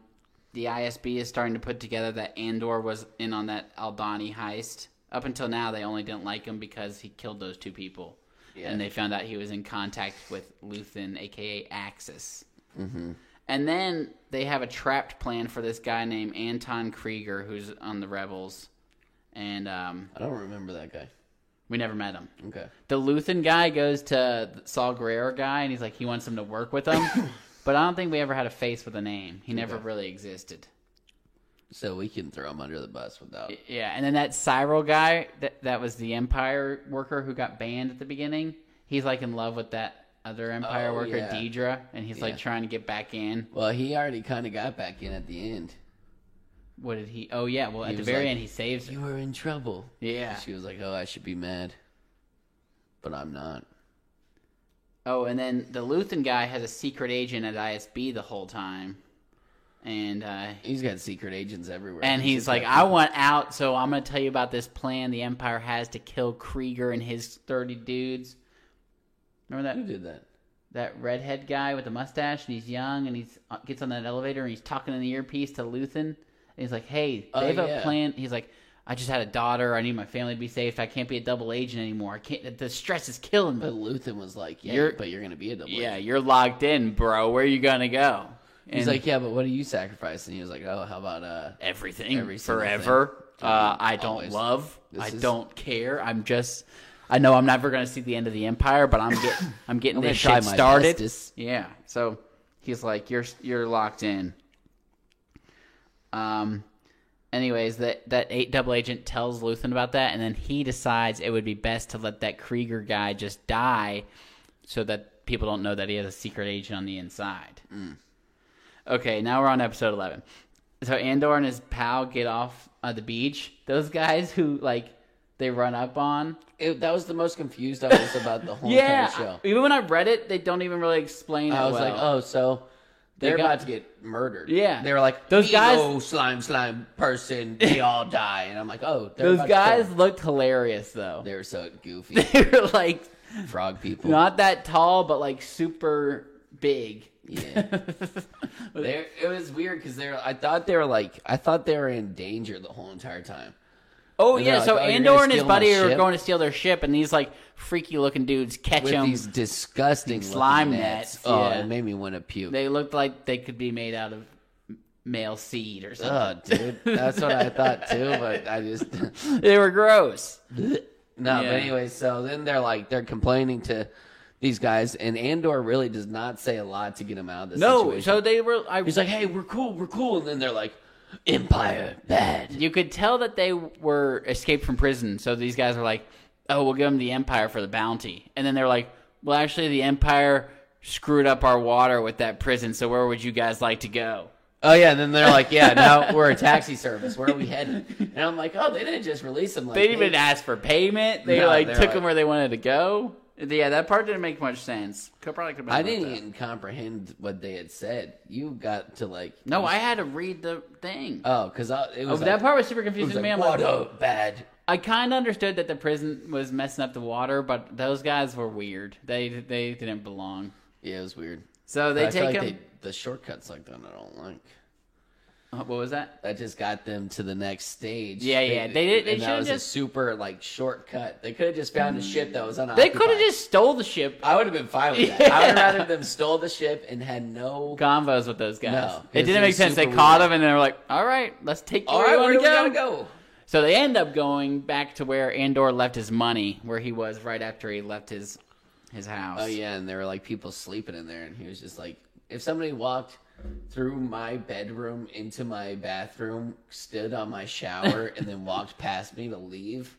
Speaker 1: the ISB is starting to put together that Andor was in on that Aldani heist. Up until now, they only didn't like him because he killed those two people.
Speaker 2: Yeah.
Speaker 1: And they found out he was in contact with Luthen, aka Axis. And then they have a trapped plan for this guy named Anton Krieger, who's on the Rebels. And um,
Speaker 2: I don't remember that guy.
Speaker 1: we never met him.
Speaker 2: Okay.
Speaker 1: The Luthen guy goes to the Saul Guerrero guy, and he's like, he wants him to work with him. but I don't think we ever had a face with a name. He never
Speaker 2: Okay.
Speaker 1: really existed.
Speaker 2: So we can throw him under the bus without.
Speaker 1: Yeah, and then that Cyril guy that that was the Empire worker who got banned at the beginning. He's like in love with that uh, other Empire
Speaker 2: Oh,
Speaker 1: worker,
Speaker 2: yeah.
Speaker 1: Deidre, and he's like
Speaker 2: Yeah.
Speaker 1: trying to get back in.
Speaker 2: Well, he already kind of got back in at the end.
Speaker 1: What did he? Oh yeah, well at the
Speaker 2: was
Speaker 1: very
Speaker 2: like,
Speaker 1: end he saves her.
Speaker 2: You were in trouble.
Speaker 1: Yeah.
Speaker 2: She was like, "Oh, I should be mad, but I'm not."
Speaker 1: Oh, and then the Luthen guy has a secret agent at ISB the whole time, and uh,
Speaker 2: He's got secret agents everywhere.
Speaker 1: and he's
Speaker 2: just
Speaker 1: like,
Speaker 2: got
Speaker 1: I want out, so I'm gonna tell you about this plan the Empire has to kill Krieger and his thirty dudes. Remember
Speaker 2: people-
Speaker 1: that
Speaker 2: Who did that?
Speaker 1: that redhead guy with the mustache, and he's young, and he's uh, gets on that elevator, and he's talking in the earpiece to Luthen, and he's like, "Hey, they
Speaker 2: Oh,
Speaker 1: have a
Speaker 2: yeah.
Speaker 1: plan." He's like, "I just had a daughter. I need my family to be safe. I can't be a double agent anymore. I can't. The stress is killing me."
Speaker 2: But Luthen was like, "Yeah,
Speaker 1: You're-
Speaker 2: but you're gonna be a double."
Speaker 1: Yeah, you're locked in, bro. Where you gonna go? And
Speaker 2: He's like, "Yeah, but what do you sacrifice?" And he was like, "Oh, how about uh,
Speaker 1: everything,
Speaker 2: every single
Speaker 1: forever. Uh, I don't
Speaker 2: Always.
Speaker 1: love.
Speaker 2: This
Speaker 1: I
Speaker 2: is-
Speaker 1: don't care. I'm just. I know I'm never gonna see the end of the empire, but I'm get, I'm getting
Speaker 2: I'm gonna
Speaker 1: this
Speaker 2: try
Speaker 1: shit
Speaker 2: my
Speaker 1: started.
Speaker 2: bestest.
Speaker 1: Yeah. So he's like, you're you're locked in. Um. Anyways, that that eight double agent tells Luthen about that, and then he decides it would be best to let that Krieger guy just die, so that people don't know that he has a secret agent on the inside.
Speaker 2: Mm.
Speaker 1: Okay, now we're on episode 11. So Andor and his pal get off uh, the beach. Those guys who, like, they run up on.
Speaker 2: It, that was the most confused I was about the whole
Speaker 1: Yeah.
Speaker 2: entire show.
Speaker 1: Even when I read it, they don't even really explain it.
Speaker 2: I was
Speaker 1: well.
Speaker 2: like, "Oh, so
Speaker 1: They
Speaker 2: they're
Speaker 1: got-
Speaker 2: about to get murdered."
Speaker 1: Yeah.
Speaker 2: they were like,
Speaker 1: Those
Speaker 2: "Those
Speaker 1: guys-
Speaker 2: guys, slime, slime person, they all die." And I'm like, "Oh, they're
Speaker 1: Those
Speaker 2: about to kill
Speaker 1: guys
Speaker 2: them."
Speaker 1: looked hilarious, though.
Speaker 2: They're so goofy,
Speaker 1: They were, like,
Speaker 2: frog people.
Speaker 1: not that tall, but, like, super big.
Speaker 2: Yeah, they're, it was weird because they're. I thought they were like, I thought they were in danger the whole entire time.
Speaker 1: Oh,
Speaker 2: And they're
Speaker 1: yeah.
Speaker 2: like,
Speaker 1: so
Speaker 2: "Oh, you're
Speaker 1: Andor
Speaker 2: gonna
Speaker 1: and his
Speaker 2: steal my
Speaker 1: buddy are
Speaker 2: ship?"
Speaker 1: going to steal their ship, and these, like, freaky looking dudes catch
Speaker 2: with
Speaker 1: them.
Speaker 2: these disgusting
Speaker 1: slime
Speaker 2: slime nets.
Speaker 1: nets,
Speaker 2: Oh,
Speaker 1: yeah.
Speaker 2: it made me want to puke.
Speaker 1: They looked like they could be made out of m- male seed or something.
Speaker 2: oh, dude, that's what I thought too. But I just no.
Speaker 1: they were gross.
Speaker 2: But
Speaker 1: Yeah.
Speaker 2: anyway, so then they're like they're complaining to these guys, and Andor really does not say a lot to get him out of this.
Speaker 1: No,
Speaker 2: situation.
Speaker 1: so they were. I,
Speaker 2: he's like, "Hey, we're cool, we're cool," and then they're like, "Empire bad."
Speaker 1: you could tell that they were escaped from prison. So these guys were like, "Oh, we'll give them the Empire for the bounty," and then they're like, "Well, actually, the Empire screwed up our water with that prison. So where would you guys like to go?"
Speaker 2: Oh yeah, and then they're like, "Yeah, now we're a taxi service. Where are we headed?" And I'm like, "Oh, they didn't just release him. Like,
Speaker 1: They didn't even ask for payment. They
Speaker 2: No,
Speaker 1: like
Speaker 2: they're
Speaker 1: took
Speaker 2: like-
Speaker 1: them where they wanted to go. Yeah, that part didn't make much sense. e- Could probably could have been
Speaker 2: I
Speaker 1: about
Speaker 2: didn't
Speaker 1: that.
Speaker 2: even comprehend what they had said. You got to like
Speaker 1: No, I had to read the thing.
Speaker 2: Oh, because it
Speaker 1: Oh,
Speaker 2: was
Speaker 1: that
Speaker 2: like,
Speaker 1: part was super
Speaker 2: it was
Speaker 1: confusing to me.
Speaker 2: like,
Speaker 1: I'm
Speaker 2: what
Speaker 1: like,
Speaker 2: a bad.
Speaker 1: I kind of understood that the prison was messing up the water, but those guys were weird. They they didn't belong.
Speaker 2: Yeah, it was weird.
Speaker 1: So they
Speaker 2: I feel like
Speaker 1: take him.
Speaker 2: they- the shortcuts like that. I don't like.
Speaker 1: Uh, What was that?
Speaker 2: That just got them to the next stage.
Speaker 1: Yeah, yeah, they did- they
Speaker 2: and that
Speaker 1: should've
Speaker 2: was
Speaker 1: just-
Speaker 2: a super like shortcut. They could have just found a ship that was
Speaker 1: They
Speaker 2: unoccupied.
Speaker 1: could have just stole the ship.
Speaker 2: I would have been fine with that. I would have rather them stole the ship and had no.
Speaker 1: Convos with those guys.
Speaker 2: No,
Speaker 1: it
Speaker 2: it's-
Speaker 1: didn't make
Speaker 2: it's
Speaker 1: sense. They
Speaker 2: super
Speaker 1: caught
Speaker 2: weird.
Speaker 1: them and they were like, "All right, let's take you
Speaker 2: All
Speaker 1: where
Speaker 2: right,
Speaker 1: you
Speaker 2: where
Speaker 1: want
Speaker 2: do
Speaker 1: to
Speaker 2: we gotta
Speaker 1: go.
Speaker 2: go?
Speaker 1: So they end up going back to where Andor left his money, where he was right after he left his his house.
Speaker 2: Oh yeah, and there were like people sleeping in there, and he was just like, if somebody walked through my bedroom into my bathroom, stood on my shower, and then walked past me to leave,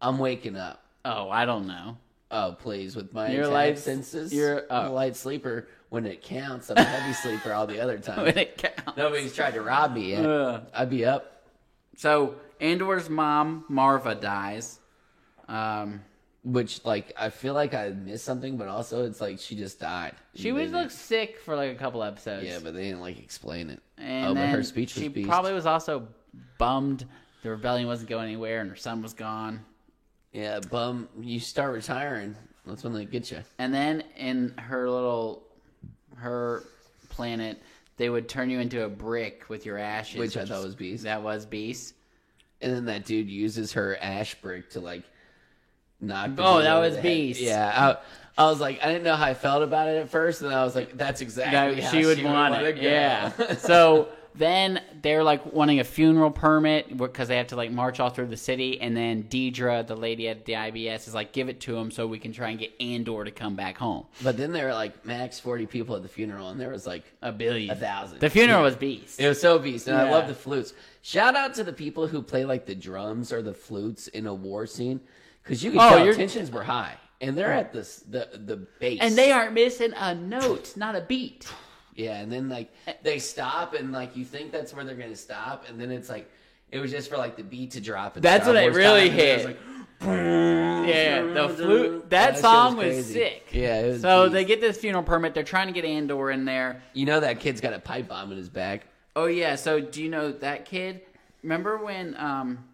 Speaker 2: I'm waking up.
Speaker 1: Oh, I don't know.
Speaker 2: Oh please, with my
Speaker 1: Your
Speaker 2: your
Speaker 1: light-
Speaker 2: light senses,
Speaker 1: your-
Speaker 2: I'm a
Speaker 1: oh.
Speaker 2: light sleeper when it counts. I'm a heavy sleeper all the other time.
Speaker 1: When it counts.
Speaker 2: Nobody's tried to rob me yet.
Speaker 1: Ugh.
Speaker 2: I'd be up.
Speaker 1: So Andor's mom Marva dies. Um,
Speaker 2: Which like I feel like I missed something, but also it's like she just died.
Speaker 1: she
Speaker 2: was
Speaker 1: was look sick for like a couple episodes.
Speaker 2: yeah, but they didn't like explain it.
Speaker 1: And
Speaker 2: oh, but
Speaker 1: then
Speaker 2: her speech was
Speaker 1: she
Speaker 2: beast.
Speaker 1: probably was also bummed the rebellion wasn't going anywhere and her son was gone.
Speaker 2: Yeah, bum. You start retiring. That's when they get you.
Speaker 1: And then in her little her planet, they would turn you into a brick with your ashes,
Speaker 2: Which I
Speaker 1: is-
Speaker 2: thought was Beast.
Speaker 1: That was beast.
Speaker 2: And then that dude uses her ash brick to like knock. the
Speaker 1: Oh,
Speaker 2: dude
Speaker 1: that
Speaker 2: over
Speaker 1: was
Speaker 2: the head.
Speaker 1: Beast.
Speaker 2: Yeah. I, I was like, I didn't know how I felt about it at first, and then I was like, that's exactly
Speaker 1: that
Speaker 2: how
Speaker 1: she would want
Speaker 2: wanna
Speaker 1: it.
Speaker 2: go.
Speaker 1: Yeah. so then they're like wanting a funeral permit because they have to like march all through the city, and then Deidre, the lady at the IBS, is like, "Give it to him so we can try and get Andor to come back home."
Speaker 2: but then there were like max forty people at the funeral, and there was like
Speaker 1: A billion,
Speaker 2: a thousand.
Speaker 1: The funeral was beast.
Speaker 2: It was so beast, and
Speaker 1: Yeah.
Speaker 2: I love the flutes. Shout out to the people who play like the drums or the flutes in a war scene, because you can
Speaker 1: Oh,
Speaker 2: tell
Speaker 1: you're- Oh.
Speaker 2: tensions were high. and they're at this the the base,
Speaker 1: and they aren't missing a note, not a beat.
Speaker 2: yeah, and then like they stop, and like you think that's where they're gonna stop, and then it's like it was just for like the beat to drop. and
Speaker 1: That's
Speaker 2: Star
Speaker 1: what I
Speaker 2: Wars
Speaker 1: really
Speaker 2: time, and it was
Speaker 1: hit.
Speaker 2: like,
Speaker 1: Yeah, the flute.
Speaker 2: Yeah,
Speaker 1: That
Speaker 2: shit
Speaker 1: song was,
Speaker 2: crazy.
Speaker 1: sick.
Speaker 2: Yeah, it was
Speaker 1: So
Speaker 2: deep.
Speaker 1: they get this funeral permit. They're trying to get Andor in there.
Speaker 2: you know that kid's got a pipe bomb in his back.
Speaker 1: Oh yeah. So do you know that kid? Remember when um,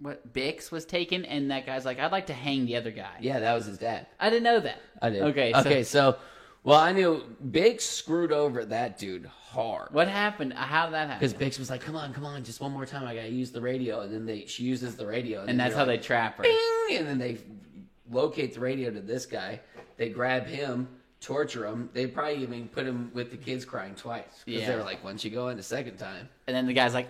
Speaker 1: what Bix was taken, and that guy's like, "I'd like to hang the other guy."
Speaker 2: Yeah, that was his dad.
Speaker 1: I didn't know that.
Speaker 2: I did.
Speaker 1: Okay.
Speaker 2: Okay.
Speaker 1: So
Speaker 2: So, well, I knew Bix screwed over that dude hard
Speaker 1: what happened? How did that happen?
Speaker 2: because Bix was like, "Come on, come on, just one more time. I gotta use the radio." And then they she uses the radio,
Speaker 1: And that's how they trap her.
Speaker 2: they. And then they locate the radio to this guy. They grab him, torture him. They probably even put him with the kids crying twice because
Speaker 1: Yeah.
Speaker 2: they were like, "Once you go in the second time,
Speaker 1: And then the guy's like,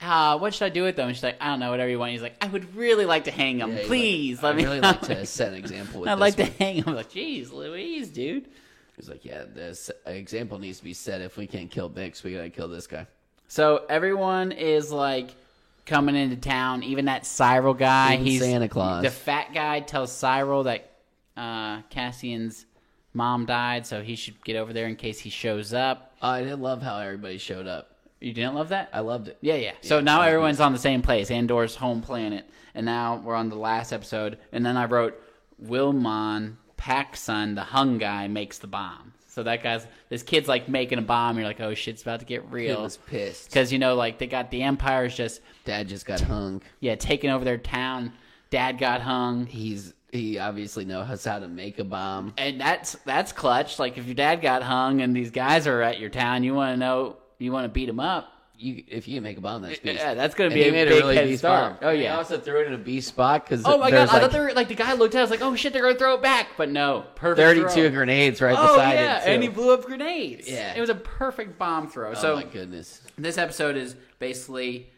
Speaker 1: uh, what should I do with them? And she's like, I don't know, whatever you want. He's like, I would really like to hang them.
Speaker 2: Yeah, he's like,
Speaker 1: Please,
Speaker 2: I
Speaker 1: let me.
Speaker 2: really like to set an example." With
Speaker 1: I'd
Speaker 2: this
Speaker 1: like
Speaker 2: one."
Speaker 1: to hang them. Like, jeez, Louise, dude.
Speaker 2: He's like, "Yeah, this example needs to be set. If we can't kill Bix, we gotta kill this guy."
Speaker 1: So everyone is like coming into town. Even that Cyril guy.
Speaker 2: Even
Speaker 1: he's
Speaker 2: Santa Claus.
Speaker 1: The fat guy tells Cyril that uh, Cassian's mom died, so he should get over there in case he shows up.
Speaker 2: Uh, I did love how everybody showed up.
Speaker 1: You didn't love that?
Speaker 2: I loved it.
Speaker 1: Yeah, yeah. So now everyone's on the same place, Andor's home planet, and now we're on the last episode. And then I wrote, Wilmon Paxson, the hung guy, makes the bomb. So that guy's this kid's like making a bomb. You're like, oh shit's about to get
Speaker 2: He
Speaker 1: real,
Speaker 2: was pissed.
Speaker 1: because you know, like they got the empire's just
Speaker 2: Dad just got hung.
Speaker 1: yeah taking over their town. Dad got hung,
Speaker 2: He's he obviously knows how to make a bomb.
Speaker 1: and that's that's clutch. Like if your dad got hung and these guys are at your town, you want to know, you want to beat them up.
Speaker 2: You if you can make a bomb, that's beast.
Speaker 1: Yeah, that's gonna
Speaker 2: And
Speaker 1: be
Speaker 2: he
Speaker 1: a
Speaker 2: made
Speaker 1: big
Speaker 2: a really
Speaker 1: head
Speaker 2: beast
Speaker 1: start.
Speaker 2: bomb.
Speaker 1: Oh
Speaker 2: And he
Speaker 1: yeah.
Speaker 2: also threw it in a B spot because
Speaker 1: Oh my god! I
Speaker 2: like
Speaker 1: thought they were like the guy looked at us like, oh shit, they're gonna throw it back, but no, perfect.
Speaker 2: thirty-two
Speaker 1: throw.
Speaker 2: grenades right
Speaker 1: Oh
Speaker 2: beside
Speaker 1: yeah,
Speaker 2: it.
Speaker 1: and
Speaker 2: too.
Speaker 1: he blew up grenades.
Speaker 2: Yeah.
Speaker 1: it was a perfect bomb throw.
Speaker 2: oh
Speaker 1: so
Speaker 2: my goodness,
Speaker 1: this episode is basically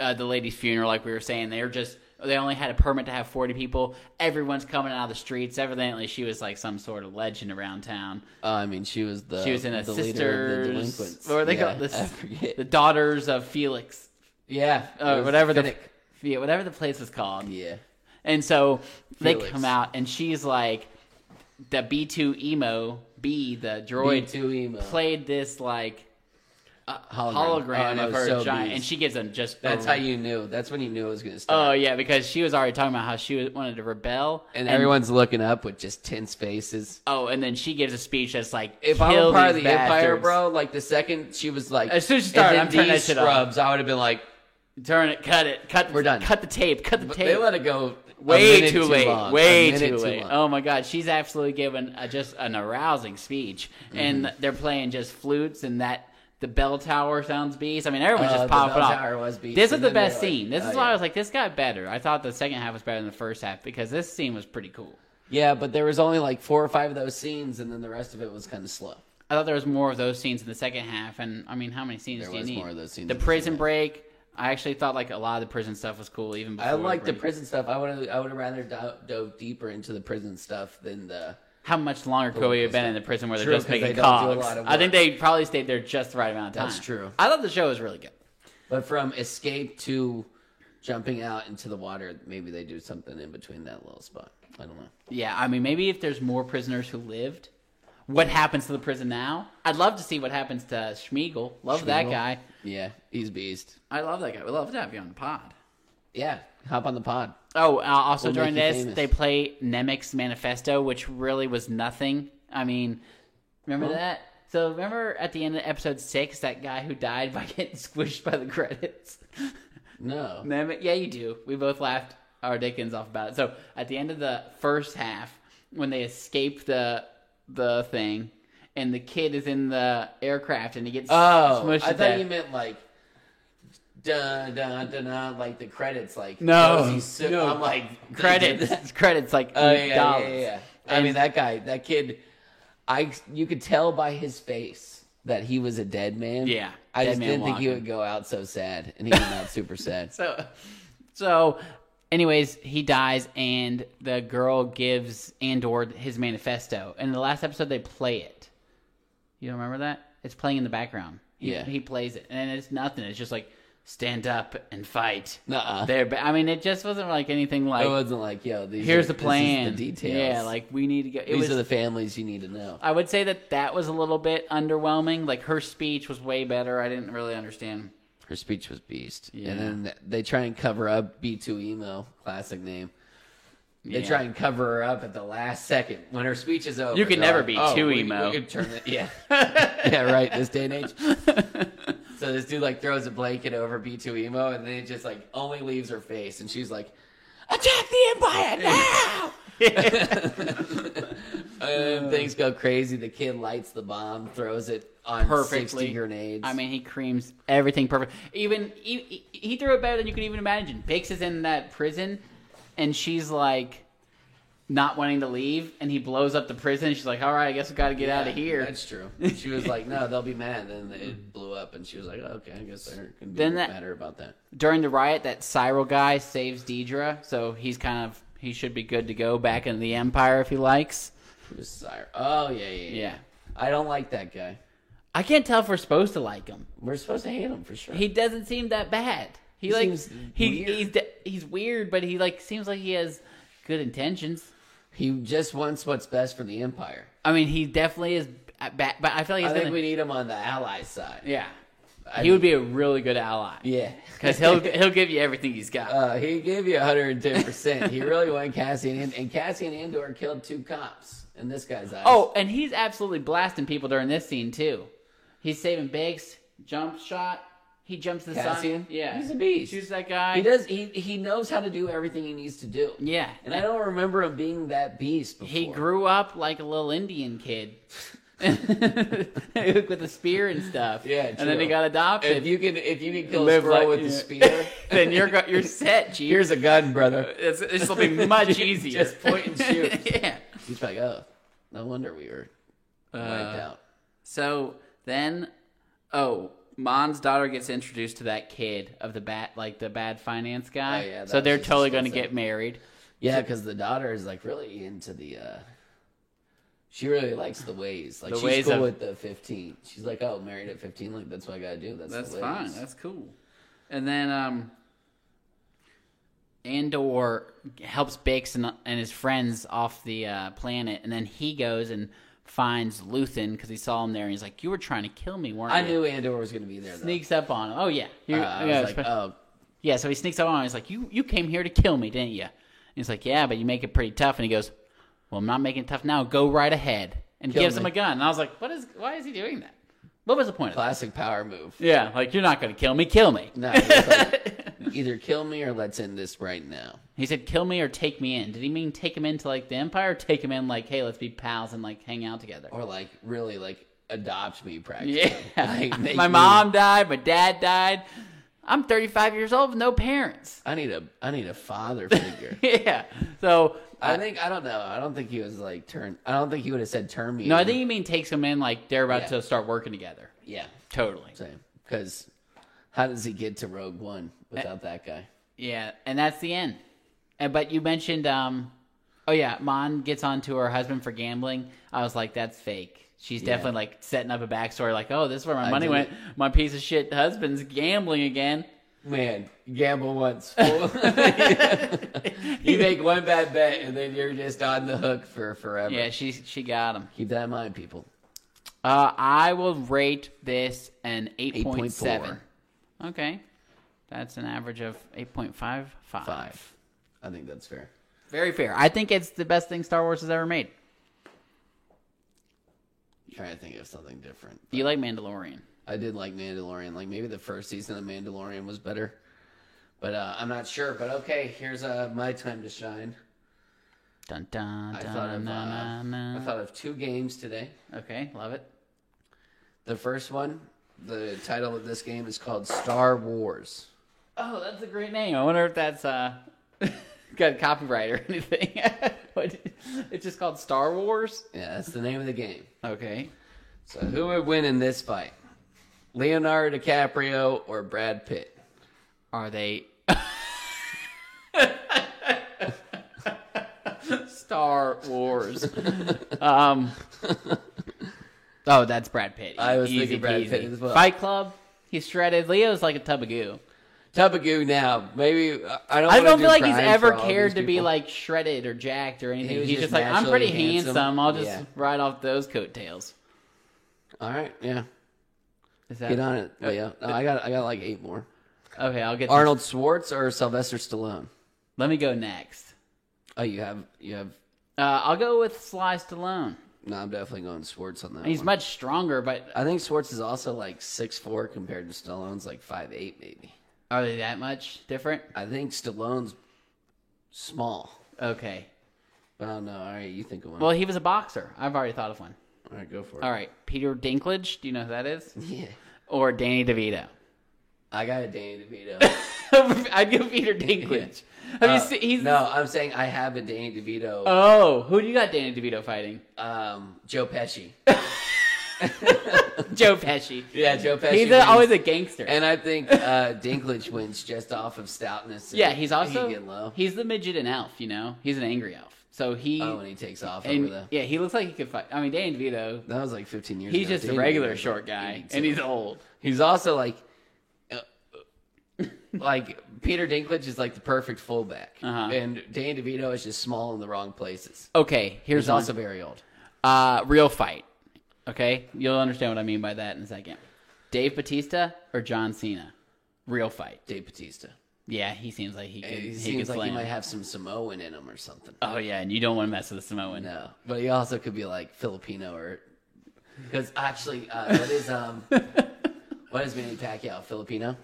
Speaker 1: uh, the lady's funeral, like we were saying. They're just they only had a permit to have forty people. Everyone's coming out of the streets. Evidently, she was like some sort of legend around town.
Speaker 2: uh, I mean she was the
Speaker 1: She was in a
Speaker 2: Uh, the leader of the
Speaker 1: sisters,
Speaker 2: delinquents.
Speaker 1: what were they
Speaker 2: yeah,
Speaker 1: called? The,
Speaker 2: I
Speaker 1: s-
Speaker 2: forget.
Speaker 1: the daughters of Felix,
Speaker 2: yeah, it
Speaker 1: uh,
Speaker 2: was
Speaker 1: whatever the
Speaker 2: Finnick.
Speaker 1: yeah, whatever the place was called.
Speaker 2: yeah.
Speaker 1: And so they
Speaker 2: Felix.
Speaker 1: come out, and she's like, the B2 emo, B, the droid,
Speaker 2: B2 emo.
Speaker 1: played this like
Speaker 2: hologram, Oh,
Speaker 1: hologram
Speaker 2: and it
Speaker 1: of
Speaker 2: was
Speaker 1: her
Speaker 2: so
Speaker 1: giant,
Speaker 2: beast.
Speaker 1: and she gives them just.
Speaker 2: That's how you knew. That's when you knew it was gonna start.
Speaker 1: Oh yeah, because she was already talking about how she was- wanted to rebel,
Speaker 2: and everyone's looking up with just tense faces.
Speaker 1: Oh, and then she gives a speech that's like,
Speaker 2: If I
Speaker 1: "Kill
Speaker 2: were part of
Speaker 1: these
Speaker 2: the Empire,
Speaker 1: bastards."
Speaker 2: bro, like the second she was like,
Speaker 1: As soon as she
Speaker 2: "And
Speaker 1: started,
Speaker 2: then
Speaker 1: I'm turning
Speaker 2: these
Speaker 1: that shit off.
Speaker 2: scrubs, I would have been like,
Speaker 1: turn it, cut it, cut.
Speaker 2: We're done.
Speaker 1: Cut the tape, cut the
Speaker 2: but
Speaker 1: tape.
Speaker 2: they let it go a
Speaker 1: way
Speaker 2: minute
Speaker 1: too late.
Speaker 2: long, a
Speaker 1: way
Speaker 2: minute
Speaker 1: too late.
Speaker 2: long.
Speaker 1: Oh my god, she's absolutely given a, just an arousing speech,
Speaker 2: Mm-hmm.
Speaker 1: and they're playing just flutes and that. The bell tower sounds beast. I mean, everyone's
Speaker 2: Uh,
Speaker 1: just
Speaker 2: the
Speaker 1: popping
Speaker 2: bell
Speaker 1: off.
Speaker 2: tower was beast,
Speaker 1: This is
Speaker 2: and
Speaker 1: the
Speaker 2: then they
Speaker 1: best
Speaker 2: were like-
Speaker 1: scene. This
Speaker 2: oh,
Speaker 1: is why I
Speaker 2: yeah.
Speaker 1: was like, this got better. I thought the second half was better than the first half because this scene was pretty cool.
Speaker 2: Yeah, but there was only like four or five of those scenes, and then the rest of it was kind of slow.
Speaker 1: I thought there was more of those scenes in the second half, and I mean, how many scenes
Speaker 2: There
Speaker 1: do you
Speaker 2: was
Speaker 1: need?
Speaker 2: more of those scenes
Speaker 1: The
Speaker 2: in the
Speaker 1: prison
Speaker 2: second half.
Speaker 1: break. I actually thought like a lot of the prison stuff was cool, even before.
Speaker 2: I like the
Speaker 1: break.
Speaker 2: prison stuff. I would have I would have rather do- dove deeper into the prison stuff than the.
Speaker 1: How much longer could we have been in the prison where they're
Speaker 2: True,
Speaker 1: just
Speaker 2: 'cause they
Speaker 1: making
Speaker 2: don't do a
Speaker 1: cogs?
Speaker 2: lot of
Speaker 1: I think
Speaker 2: work.
Speaker 1: they probably stayed there just the right amount of time.
Speaker 2: That's true.
Speaker 1: I thought the show was really good.
Speaker 2: But from escape to jumping out into the water, maybe they do something in between that little spot. I don't know.
Speaker 1: Yeah, I mean, maybe if there's more prisoners who lived, what happens to the prison now? I'd love to see what happens to Schmiegel. Love that
Speaker 2: Schmeagol?
Speaker 1: guy.
Speaker 2: Yeah, he's beast.
Speaker 1: I love that guy. We'd love to have you on the pod.
Speaker 2: Yeah, hop on the pod.
Speaker 1: Oh, uh, also
Speaker 2: We'll
Speaker 1: during
Speaker 2: make you
Speaker 1: this,
Speaker 2: famous.
Speaker 1: they play Nemec's Manifesto, which really was nothing. I mean, remember
Speaker 2: Huh?
Speaker 1: that? So remember at the end of episode six, that guy who died by getting squished by the credits.
Speaker 2: No.
Speaker 1: Nemec, yeah, you do. We both laughed our dickens off about it. So at the end of the first half, when they escape the the thing, and the kid is in the aircraft and he gets
Speaker 2: Oh,
Speaker 1: smushed.
Speaker 2: I
Speaker 1: to
Speaker 2: thought
Speaker 1: death.
Speaker 2: you meant like dun dun dun dun, like the credits, like
Speaker 1: No,
Speaker 2: those he sip-
Speaker 1: no.
Speaker 2: I'm like they did
Speaker 1: credits.
Speaker 2: that.
Speaker 1: It's credits like
Speaker 2: Oh yeah, yeah,
Speaker 1: dollars.
Speaker 2: yeah, yeah. I mean that guy, that kid. I you could tell by his face that he was a dead man.
Speaker 1: Yeah,
Speaker 2: I
Speaker 1: dead
Speaker 2: just
Speaker 1: man
Speaker 2: didn't think he
Speaker 1: walking.
Speaker 2: would go out so sad, and he went out super sad.
Speaker 1: So, so, anyways, he dies, and the girl gives Andor his manifesto. And in the last episode, they play it. You remember that? It's playing in the background. He,
Speaker 2: Yeah.
Speaker 1: He plays it, and it's nothing. It's just like stand up and fight.
Speaker 2: Nuh-uh.
Speaker 1: There, but I mean, it just wasn't like anything like
Speaker 2: it wasn't like, yo, these
Speaker 1: here's
Speaker 2: are-
Speaker 1: the
Speaker 2: this is
Speaker 1: plan.
Speaker 2: the details.
Speaker 1: Yeah, like we need to go. It
Speaker 2: these
Speaker 1: was.
Speaker 2: are the families you need to know.
Speaker 1: I would say that that was a little bit underwhelming. Like her speech was way better. I didn't really understand.
Speaker 2: Her speech was beast,
Speaker 1: Yeah.
Speaker 2: and then th- they try and cover up B two emo, classic name. They
Speaker 1: Yeah.
Speaker 2: try and cover her up at the last second when her speech is over.
Speaker 1: You can
Speaker 2: they're
Speaker 1: never
Speaker 2: like,
Speaker 1: be
Speaker 2: "Oh,
Speaker 1: too
Speaker 2: we-
Speaker 1: emo."
Speaker 2: We could turn it, yeah, yeah, right. This day and age. So this dude like throws a blanket over B two emo, and then it just like only leaves her face, and she's like, "Attack the empire now!"
Speaker 1: Uh.
Speaker 2: and "Mm, things go crazy. The kid lights the bomb, throws it on
Speaker 1: Perfectly.
Speaker 2: sixty grenades.
Speaker 1: I mean, he creams everything perfect. Even he, he threw it better than you could even imagine. Bakes is in that prison, and she's like not wanting to leave, and he blows up the prison. She's like, "All right, I guess we got to get out of
Speaker 2: Yeah,
Speaker 1: here."
Speaker 2: That's true. She was like, "No, they'll be mad." And then it blew up, and she was like, "Okay, I guess they're gonna be
Speaker 1: Then that-
Speaker 2: better about that."
Speaker 1: During the riot, that Cyril guy saves Deidre, so he's kind of he should be good to go back into the Empire if he likes.
Speaker 2: Who's Sire? Oh yeah, yeah, yeah,
Speaker 1: Yeah.
Speaker 2: I don't like that guy.
Speaker 1: I can't tell if we're supposed to like him.
Speaker 2: We're supposed to hate him for sure.
Speaker 1: He doesn't seem that bad. He,
Speaker 2: He
Speaker 1: like
Speaker 2: seems
Speaker 1: he
Speaker 2: weird.
Speaker 1: he's de- he's weird, but he like seems like he has good intentions.
Speaker 2: He just wants what's best for the empire.
Speaker 1: I mean, he definitely is bad, but I feel like he's
Speaker 2: I
Speaker 1: gonna.
Speaker 2: think we need him on the ally side.
Speaker 1: yeah,
Speaker 2: I
Speaker 1: he would be a really good ally
Speaker 2: Yeah,
Speaker 1: because he'll he'll give you everything he's got.
Speaker 2: uh, he gave you 110. percent He really wanted Cassian, and, and Cassian Andor killed two cops in this guy's eyes.
Speaker 1: oh, and he's absolutely blasting people during this scene too. He's saving Biggs, jump shot. He jumps the
Speaker 2: Cassian?
Speaker 1: sun. Yeah,
Speaker 2: He's a beast.
Speaker 1: Shoots that guy.
Speaker 2: he does. He he knows how to do everything he needs to do.
Speaker 1: Yeah,
Speaker 2: And I don't remember him being that beast before.
Speaker 1: He grew up like a little Indian kid with a spear and stuff.
Speaker 2: Yeah,
Speaker 1: and then he
Speaker 2: true.
Speaker 1: got adopted.
Speaker 2: If you can, if you can kill a
Speaker 1: Live
Speaker 2: squirrel
Speaker 1: like-
Speaker 2: with
Speaker 1: yeah.
Speaker 2: a spear,
Speaker 1: then you're go- you're set, Chief.
Speaker 2: here's a gun, brother.
Speaker 1: It's- this will be much easier.
Speaker 2: Just point and shoot.
Speaker 1: yeah.
Speaker 2: He's like, oh, no wonder we were
Speaker 1: Uh,
Speaker 2: wiped out.
Speaker 1: So then, oh, Mon's daughter gets introduced to that kid of the bad, like the bad finance guy.
Speaker 2: Oh, yeah, that
Speaker 1: so they're
Speaker 2: was just
Speaker 1: totally
Speaker 2: gonna
Speaker 1: going to
Speaker 2: say.
Speaker 1: get married.
Speaker 2: Yeah, because the daughter is like really into the. uh She really likes the ways. Like
Speaker 1: The
Speaker 2: she's
Speaker 1: ways
Speaker 2: cool
Speaker 1: of-
Speaker 2: with the fifteen. She's like, oh, married at fifteen. Like that's what I gotta do. That's
Speaker 1: That's
Speaker 2: the ways.
Speaker 1: fine. That's cool. And then um Andor helps Bix and, and his friends off the uh, planet, and then he goes and finds Luthen because he saw him there, and he's like, "You were trying to kill me, weren't
Speaker 2: I
Speaker 1: you?"
Speaker 2: knew Andor was gonna be there. Though.
Speaker 1: Sneaks up on him. Oh yeah, You-
Speaker 2: Uh, I
Speaker 1: yeah,
Speaker 2: was like,
Speaker 1: spe-
Speaker 2: oh,
Speaker 1: yeah. So he sneaks up on him. He's like, "You you came here to kill me, didn't you?" And he's like, "Yeah, but you make it pretty tough." And he goes, "Well, I'm not making it tough now. Go right ahead." And
Speaker 2: Kill
Speaker 1: gives
Speaker 2: me.
Speaker 1: him a gun. And I was like, "What is? Why is he doing that? What was the point of that?"
Speaker 2: classic power move.
Speaker 1: Yeah, like you're not going to kill me. Kill me.
Speaker 2: No, it was like, either kill me or let's end this right now.
Speaker 1: He said, "Kill me or take me in." Did he mean take him into like the empire, or take him in like, "Hey, let's be pals and like hang out together"?
Speaker 2: or like really like adopt me practically.
Speaker 1: yeah,
Speaker 2: Like, make
Speaker 1: my
Speaker 2: me-
Speaker 1: mom died, my dad died. I'm 35 years old with no parents.
Speaker 2: I need a I need a father figure.
Speaker 1: yeah, so
Speaker 2: I think I don't know. I don't think he was like turn. I don't think he would have said turn me.
Speaker 1: no, I
Speaker 2: in.
Speaker 1: think you mean takes him in like they're about
Speaker 2: Yeah.
Speaker 1: to start working together.
Speaker 2: yeah,
Speaker 1: Totally.
Speaker 2: same. Because how does he get to Rogue One without that guy?
Speaker 1: Yeah, and that's the end. And, but you mentioned, um, oh yeah, Mon gets onto her husband for gambling. I was like, that's fake. She's
Speaker 2: Yeah.
Speaker 1: definitely like setting up a backstory, like, oh, this is where my money
Speaker 2: did
Speaker 1: went. My piece of shit husband's gambling again.
Speaker 2: Man, gamble once. fool. you make one bad bet and then you're just on the hook for forever.
Speaker 1: Yeah, she she got him.
Speaker 2: Keep that in mind, people.
Speaker 1: Uh, I will rate this an eight point seven.
Speaker 2: 8.4.
Speaker 1: Okay, that's an average of eight point five five.
Speaker 2: Five. I think that's fair.
Speaker 1: Very fair. I think it's the best thing Star Wars has ever made.
Speaker 2: trying to think of something different.
Speaker 1: Do you like Mandalorian?
Speaker 2: I did like Mandalorian. Like maybe the first season of Mandalorian was better, but uh, I'm not sure. But okay, here's uh, my time to shine.
Speaker 1: Dun dun
Speaker 2: I
Speaker 1: dun
Speaker 2: thought of uh,
Speaker 1: na, na,
Speaker 2: I
Speaker 1: na.
Speaker 2: thought of two games today.
Speaker 1: Okay, love it.
Speaker 2: The first one, the title of this game is called Star Wars.
Speaker 1: Oh, that's a great name. I wonder if that's uh, got copyright or anything. What- it's just called Star Wars.
Speaker 2: Yeah, that's the name of the game.
Speaker 1: Okay.
Speaker 2: So who would win in this fight, Leonardo DiCaprio or Brad Pitt?
Speaker 1: Are they Star Wars? um. Oh, that's Brad Pitt.
Speaker 2: I was
Speaker 1: Easy
Speaker 2: thinking Brad
Speaker 1: peasy.
Speaker 2: Pitt as well.
Speaker 1: Fight Club. He's shredded. Leo's like a tub of goo.
Speaker 2: tub of goo now. Maybe uh, I don't.
Speaker 1: I
Speaker 2: wanna
Speaker 1: don't
Speaker 2: do
Speaker 1: feel like he's
Speaker 2: crimes
Speaker 1: ever
Speaker 2: for all
Speaker 1: cared
Speaker 2: these
Speaker 1: to be
Speaker 2: people.
Speaker 1: like shredded or jacked or anything.
Speaker 2: was
Speaker 1: He's just,
Speaker 2: just
Speaker 1: like, I'm
Speaker 2: naturally
Speaker 1: pretty handsome.
Speaker 2: handsome.
Speaker 1: I'll just
Speaker 2: Yeah.
Speaker 1: ride off those coattails.
Speaker 2: All right, yeah,
Speaker 1: Is that
Speaker 2: get on it, Leo. No, I got I got like eight more.
Speaker 1: okay? I'll get.
Speaker 2: Arnold Schwartz or Sylvester Stallone?
Speaker 1: Let me go next.
Speaker 2: Oh, you have you have.
Speaker 1: Uh, I'll go with Sly Stallone.
Speaker 2: No, I'm definitely going Schwartz on that.
Speaker 1: He's
Speaker 2: one.
Speaker 1: much stronger, but
Speaker 2: I think Schwartz is also like six four compared to Stallone's like five eight maybe.
Speaker 1: are they that much different?
Speaker 2: I think Stallone's small.
Speaker 1: Okay.
Speaker 2: But I don't know. All right, you think of one.
Speaker 1: Well, he was a boxer. I've already thought of one.
Speaker 2: all right, go for it.
Speaker 1: All right, Peter Dinklage. Do you know who that is?
Speaker 2: Yeah,
Speaker 1: Or Danny DeVito.
Speaker 2: I got a Danny DeVito.
Speaker 1: I'd go Peter Dinklage. Have
Speaker 2: Uh,
Speaker 1: you seen? He's
Speaker 2: no, I'm saying I have a Danny DeVito.
Speaker 1: Oh, who do you got Danny DeVito fighting?
Speaker 2: um, Joe Pesci.
Speaker 1: Joe Pesci.
Speaker 2: Yeah, Joe Pesci.
Speaker 1: He's
Speaker 2: wins.
Speaker 1: a, always a gangster.
Speaker 2: and I think uh, Dinklage wins just off of stoutness. and
Speaker 1: yeah, he's
Speaker 2: he
Speaker 1: also
Speaker 2: can get low.
Speaker 1: he's the midget and elf. You know, he's an angry elf. So he
Speaker 2: oh, when he takes off
Speaker 1: and-
Speaker 2: over the.
Speaker 1: yeah, he looks like he could fight. I mean, Danny DeVito.
Speaker 2: That was like 15 years.
Speaker 1: He's
Speaker 2: ago.
Speaker 1: just a
Speaker 2: Danny
Speaker 1: regular
Speaker 2: DeVito's
Speaker 1: short
Speaker 2: like
Speaker 1: guy,
Speaker 2: 82.
Speaker 1: and he's old.
Speaker 2: He's also like, uh, like Peter Dinklage is like the perfect fullback,
Speaker 1: Uh-huh.
Speaker 2: and Danny DeVito is just small in the wrong places.
Speaker 1: Okay, here's
Speaker 2: He's
Speaker 1: one.
Speaker 2: also very old.
Speaker 1: Uh, real fight. Okay, you'll understand what I mean by that in a second. Dave Batista or John Cena? Real fight.
Speaker 2: Dave Batista.
Speaker 1: Yeah, he seems like he could.
Speaker 2: He,
Speaker 1: He, could
Speaker 2: seems like
Speaker 1: slam.
Speaker 2: he might have some Samoan in him or something.
Speaker 1: oh yeah, and you don't want to mess with the Samoan.
Speaker 2: No, but he also could be like Filipino or because actually, uh, what is um, what is Manny Pacquiao Filipino?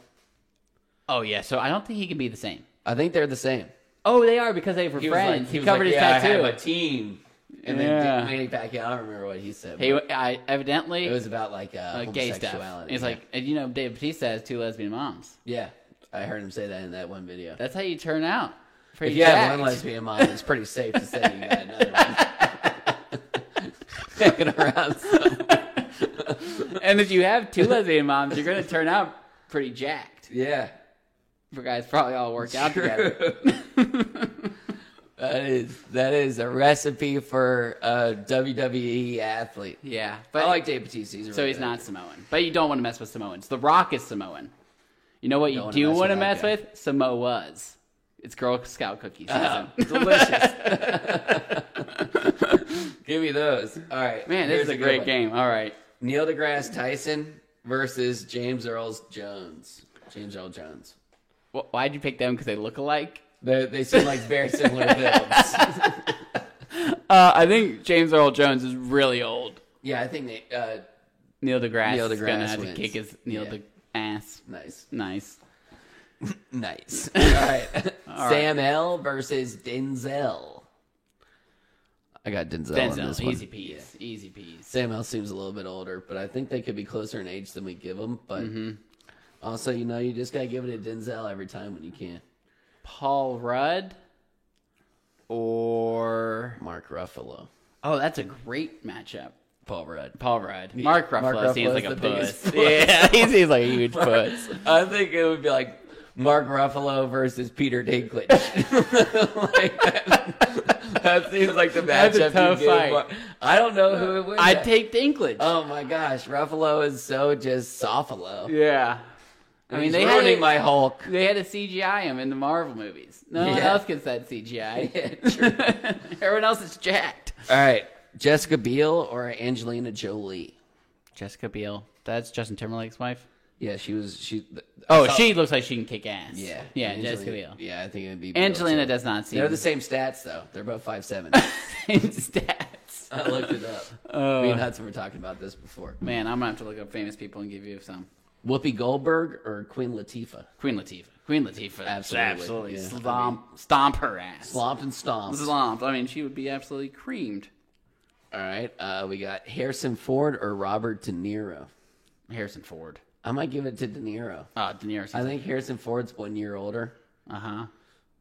Speaker 1: Oh yeah, so I don't think he can be the same.
Speaker 2: I think they're the same.
Speaker 1: Oh, they are because they were friends. he, covered his
Speaker 2: yeah,
Speaker 1: tattoo.
Speaker 2: I have a team, and
Speaker 1: Yeah.
Speaker 2: then Manny Pacquiao. I don't remember what he said.
Speaker 1: He,
Speaker 2: but
Speaker 1: I, evidently,
Speaker 2: it was about like uh,
Speaker 1: uh, gay stuff.
Speaker 2: homosexuality.
Speaker 1: It's
Speaker 2: yeah.
Speaker 1: like, and you know, Dave Batista has two lesbian moms.
Speaker 2: yeah, I heard him say that in that one video.
Speaker 1: That's how you turn out.
Speaker 2: If
Speaker 1: Pretty
Speaker 2: you have
Speaker 1: jacked.
Speaker 2: one lesbian mom, it's pretty safe to say you got another one. Fucking around.
Speaker 1: and if you have two lesbian moms, you're going to turn out pretty jacked.
Speaker 2: Yeah,
Speaker 1: For guys, probably all work out together.
Speaker 2: that is that is a recipe for a WWE athlete.
Speaker 1: Yeah,
Speaker 2: I
Speaker 1: but
Speaker 2: like Dave Bautista. He's a
Speaker 1: so
Speaker 2: really
Speaker 1: he's
Speaker 2: good
Speaker 1: not Samoan. But you don't want to mess with Samoans. The Rock is Samoan. You know what you
Speaker 2: Don't wanna
Speaker 1: do
Speaker 2: mess
Speaker 1: want to
Speaker 2: with that
Speaker 1: mess
Speaker 2: guy.
Speaker 1: with? Samoas. It's Girl Scout cookies.
Speaker 2: actor. delicious. Give me those. All right,
Speaker 1: Man, this
Speaker 2: here's
Speaker 1: is a
Speaker 2: good
Speaker 1: great
Speaker 2: one.
Speaker 1: game. All right.
Speaker 2: Neil deGrasse Tyson versus James Earl Jones. James Earl Jones.
Speaker 1: Wh- Why'd you pick them? Because they look alike?
Speaker 2: They, they seem like very similar films.
Speaker 1: Uh, I think James Earl Jones is really old.
Speaker 2: Yeah, I think they. Uh,
Speaker 1: Neil deGrasse,
Speaker 2: Neil
Speaker 1: is gonna
Speaker 2: deGrasse
Speaker 1: have
Speaker 2: wins.
Speaker 1: to kick his Neil
Speaker 2: Yeah.
Speaker 1: de ass.
Speaker 2: nice,
Speaker 1: Nice.
Speaker 2: nice. All right, Sam L versus Denzel. I got Denzel, on this
Speaker 1: Denzel,
Speaker 2: one.
Speaker 1: easy peas, easy peas.
Speaker 2: Sam L seems a little bit older, but I think they could be closer in age than we give them. But
Speaker 1: Mm-hmm.
Speaker 2: also, you know, you just gotta give it to Denzel every time when you can.
Speaker 1: Paul Rudd or
Speaker 2: Mark Ruffalo,
Speaker 1: oh, that's a great matchup.
Speaker 2: Paul Rudd.
Speaker 1: Paul Rudd. Mark Ruffalo
Speaker 2: Mark
Speaker 1: seems
Speaker 2: Ruffalo's
Speaker 1: like a
Speaker 2: the biggest
Speaker 1: puss.
Speaker 2: puss.
Speaker 1: Yeah, he seems like a huge puss.
Speaker 2: I think it would be like Mark Ruffalo versus Peter Dinklage. like that, that seems like the
Speaker 1: That's a
Speaker 2: matchup.
Speaker 1: tough
Speaker 2: you give
Speaker 1: fight.
Speaker 2: Mar- I don't know who it would.
Speaker 1: I'd take Dinklage.
Speaker 2: Oh my gosh, Ruffalo is so just soffalo.
Speaker 1: yeah. I
Speaker 2: I
Speaker 1: mean,
Speaker 2: mean,
Speaker 1: they
Speaker 2: they
Speaker 1: had
Speaker 2: ruining
Speaker 1: it-
Speaker 2: my Hulk.
Speaker 1: They had to CGI him in the Marvel movies. No one
Speaker 2: Yeah.
Speaker 1: else gets that CGI.
Speaker 2: Yeah, true.
Speaker 1: Everyone else is jacked.
Speaker 2: All right, Jessica Biel or Angelina Jolie?
Speaker 1: Jessica Biel. That's Justin Timberlake's wife.
Speaker 2: Yeah, she was. She. th-
Speaker 1: Oh,
Speaker 2: I saw-
Speaker 1: she looks like she can kick ass.
Speaker 2: Yeah,
Speaker 1: yeah,
Speaker 2: Angelina-
Speaker 1: Jessica Biel.
Speaker 2: Yeah, I think it'd be Biel,
Speaker 1: Angelina
Speaker 2: too.
Speaker 1: does not seem
Speaker 2: They're the same stats though. They're both five seven.
Speaker 1: same stats.
Speaker 2: I looked it up.
Speaker 1: Oh.
Speaker 2: Me and Hudson were talking about this before.
Speaker 1: Man, I'm gonna have to look up famous people and give you some.
Speaker 2: Whoopi Goldberg or Queen Latifah?
Speaker 1: Queen Latifah. Queen Latifah.
Speaker 2: Absolutely,
Speaker 1: absolutely.
Speaker 2: yeah.
Speaker 1: Stomp, stomp her ass.
Speaker 2: Slomped and stomped.
Speaker 1: Stomp. I mean, she would be absolutely creamed.
Speaker 2: All right, uh, we got Harrison Ford or Robert De Niro.
Speaker 1: Harrison Ford.
Speaker 2: I might give it to De Niro.
Speaker 1: Uh, De Niro.
Speaker 2: I think Harrison Ford's one year older.
Speaker 1: Uh huh.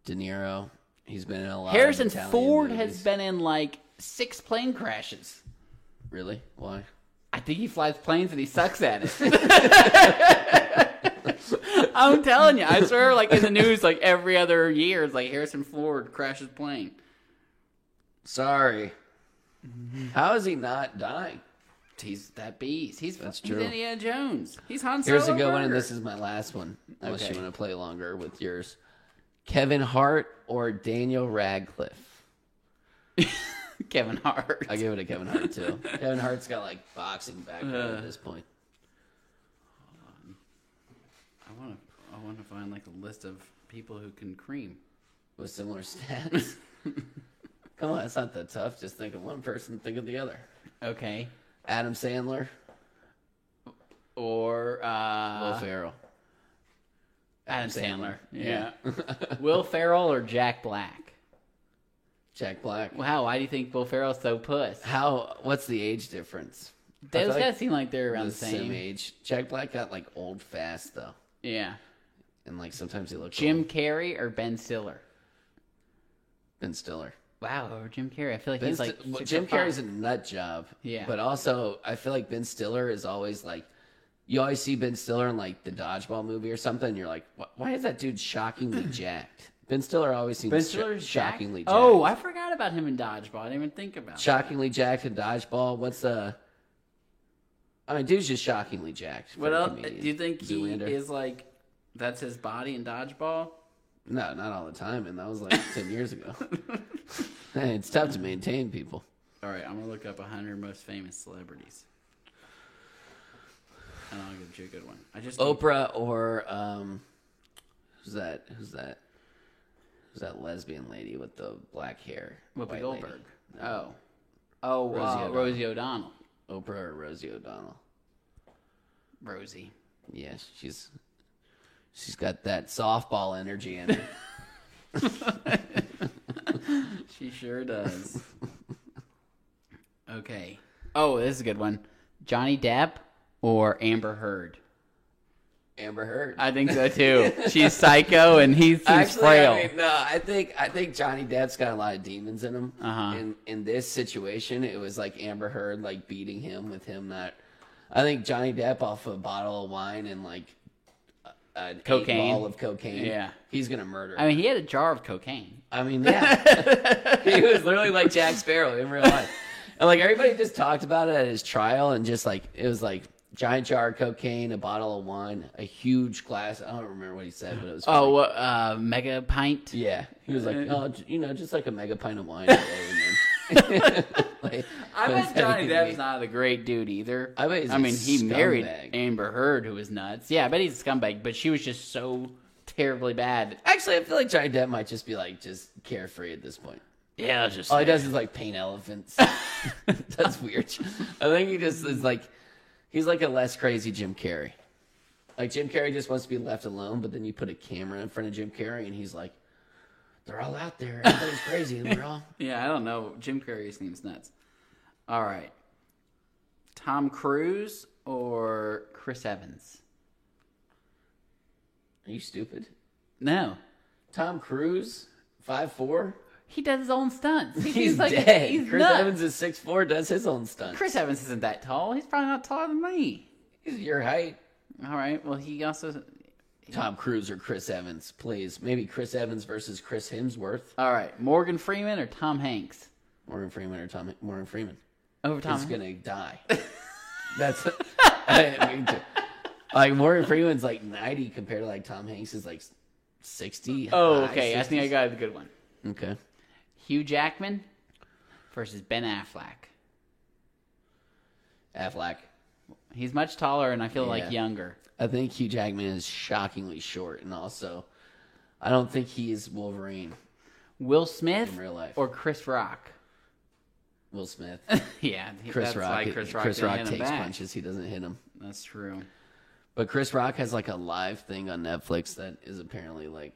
Speaker 2: De Niro, he's been in a lot. of
Speaker 1: Harrison
Speaker 2: Italian
Speaker 1: Ford
Speaker 2: movies.
Speaker 1: has been in like six plane crashes.
Speaker 2: really why?
Speaker 1: I think he flies planes and he sucks at it. I'm telling you, I swear, like in the news, like every other year, it's like Harrison Ford crashes plane.
Speaker 2: Sorry. How is he not dying?
Speaker 1: He's that beast. He's
Speaker 2: That's
Speaker 1: fucking
Speaker 2: true.
Speaker 1: Indiana Jones. He's Han Solo.
Speaker 2: Here's a good one, and
Speaker 1: Burger.
Speaker 2: this is my last one. Unless
Speaker 1: Okay.
Speaker 2: you want to play longer with yours. Kevin Hart or Daniel Radcliffe?
Speaker 1: Kevin Hart.
Speaker 2: I give it to Kevin Hart too. Kevin Hart's got like boxing background
Speaker 1: Uh.
Speaker 2: at this point.
Speaker 1: I want to. I want to find like a list of people who can cream.
Speaker 2: with similar stats. Come on, it's not that tough. Just think of one person, think of the other.
Speaker 1: Okay.
Speaker 2: Adam Sandler,
Speaker 1: Or uh,
Speaker 2: Will Ferrell.
Speaker 1: Adam Sandler.
Speaker 2: Sandler.
Speaker 1: Yeah. Will Ferrell or Jack Black.
Speaker 2: Jack Black.
Speaker 1: Wow. Why do you think Will Ferrell's so puss?
Speaker 2: How? What's the age difference? I feel
Speaker 1: Those
Speaker 2: like
Speaker 1: guys seem like they're around the
Speaker 2: same.
Speaker 1: same.
Speaker 2: age. Jack Black got like old fast though,
Speaker 1: yeah.
Speaker 2: and like sometimes he looks
Speaker 1: Jim
Speaker 2: old.
Speaker 1: Carrey or Ben Stiller.
Speaker 2: Ben Stiller.
Speaker 1: Wow. Or Jim Carrey. I feel like
Speaker 2: Ben
Speaker 1: he's
Speaker 2: Sti-
Speaker 1: like
Speaker 2: well,
Speaker 1: six
Speaker 2: Jim
Speaker 1: foot five.
Speaker 2: Carrey's a nut job.
Speaker 1: Yeah.
Speaker 2: But also, I feel like Ben Stiller is always like, you always see Ben Stiller in like the dodgeball movie or something. and you're like, "Wh- why is that dude shockingly jacked? Ben Stiller always seems
Speaker 1: Ben
Speaker 2: sh-
Speaker 1: Stiller's
Speaker 2: shockingly
Speaker 1: Jack?
Speaker 2: jacked.
Speaker 1: Oh, I forgot about him in Dodgeball. I didn't even think about. it.
Speaker 2: shockingly jacked in dodgeball. What's the? I mean, dude's just shockingly jacked. for
Speaker 1: What
Speaker 2: a
Speaker 1: else?
Speaker 2: comedian.
Speaker 1: Do you think he
Speaker 2: Zoolander.
Speaker 1: is like? That's his body in Dodgeball.
Speaker 2: No, not all the time, and that was like ten years ago. Hey, it's tough to maintain people.
Speaker 1: All right, I'm gonna look up 100 most famous celebrities, and I'll give you a good one. I just
Speaker 2: Oprah or um, who's that? Who's that? Who's that lesbian lady with the black hair?
Speaker 1: Whoopi
Speaker 2: White
Speaker 1: Goldberg.
Speaker 2: lady.
Speaker 1: Oh, oh, Rosie, uh,
Speaker 2: O'Donnell.
Speaker 1: Rosie O'Donnell.
Speaker 2: Oprah or Rosie O'Donnell?
Speaker 1: Rosie.
Speaker 2: Yeah, she's she's got that softball energy in her.
Speaker 1: She sure does. okay. Oh, this is a good one. Johnny Depp or Amber Heard.
Speaker 2: Amber Heard.
Speaker 1: I think so too. She's psycho and he seems frail.
Speaker 2: I mean, no, I think I think Johnny Depp's got a lot of demons in him.
Speaker 1: Uh-huh.
Speaker 2: In in this situation, it was like Amber Heard like beating him with him not. I think Johnny Depp off a bottle of wine and like a- an eight
Speaker 1: Cocaine.
Speaker 2: ball of cocaine.
Speaker 1: Yeah.
Speaker 2: he's gonna murder.
Speaker 1: I mean, he had a jar of cocaine.
Speaker 2: I mean, yeah. he was literally like Jack Sparrow in real life. And like everybody just talked about it at his trial and just like it was like giant jar of cocaine, a bottle of wine, a huge glass. I don't remember what he said, but it was
Speaker 1: Oh, uh, mega pint.
Speaker 2: yeah. He was like, oh, j- you know, just like a mega pint of wine. every man." Like,
Speaker 1: I bet
Speaker 2: that's
Speaker 1: Johnny
Speaker 2: everything
Speaker 1: Depp's
Speaker 2: he-
Speaker 1: not a great dude either.
Speaker 2: I bet he's
Speaker 1: I
Speaker 2: a
Speaker 1: mean, he married
Speaker 2: scumbag.
Speaker 1: Amber Heard, who was nuts. Yeah, I bet he's a scumbag, but she was just so terribly bad.
Speaker 2: Actually, I feel like Johnny Depp might just be like just carefree at this point.
Speaker 1: Yeah, it's just
Speaker 2: All he does is like paint elephants. That's weird. I think he just is like he's like a less crazy Jim Carrey. Like Jim Carrey just wants to be left alone, but then you put a camera in front of Jim Carrey and he's like, "They're all out there. Everybody's crazy. and We're all."
Speaker 1: yeah. I don't know. Jim Carrey seems nuts. All right, Tom Cruise or Chris Evans?
Speaker 2: Are you stupid?
Speaker 1: No,
Speaker 2: Tom Cruise, five four.
Speaker 1: he does his own stunts. He's,
Speaker 2: He's,
Speaker 1: like
Speaker 2: dead.
Speaker 1: he's
Speaker 2: Chris
Speaker 1: nuts.
Speaker 2: Evans is six four. Does his own stunt.
Speaker 1: Chris Evans isn't that tall. He's probably not taller than me.
Speaker 2: He's your height.
Speaker 1: All right. Well, he also.
Speaker 2: Tom Cruise or Chris Evans, please. Maybe Chris Evans versus Chris Hemsworth.
Speaker 1: All right, Morgan Freeman or Tom Hanks?
Speaker 2: Morgan Freeman or Tom Morgan Freeman.
Speaker 1: Over Tom.
Speaker 2: He's
Speaker 1: Hanks.
Speaker 2: gonna die. That's I mean, like Morgan Freeman's like ninety compared to like Tom Hanks is like sixty.
Speaker 1: Oh,
Speaker 2: high
Speaker 1: okay. I think I
Speaker 2: 60s.
Speaker 1: got the good one.
Speaker 2: okay.
Speaker 1: Hugh Jackman versus Ben Affleck.
Speaker 2: Affleck.
Speaker 1: He's much taller and I feel like
Speaker 2: Yeah.
Speaker 1: younger.
Speaker 2: I think Hugh Jackman is shockingly short, and also, I don't think he is Wolverine.
Speaker 1: Will Smith
Speaker 2: In real life.
Speaker 1: or Chris Rock?
Speaker 2: Will Smith.
Speaker 1: yeah, he-
Speaker 2: Chris
Speaker 1: that's
Speaker 2: Rock.
Speaker 1: why Chris Rock, didn't hit him
Speaker 2: takes
Speaker 1: back.
Speaker 2: punches. He doesn't hit him.
Speaker 1: That's true.
Speaker 2: But Chris Rock has like a live thing on Netflix that is apparently like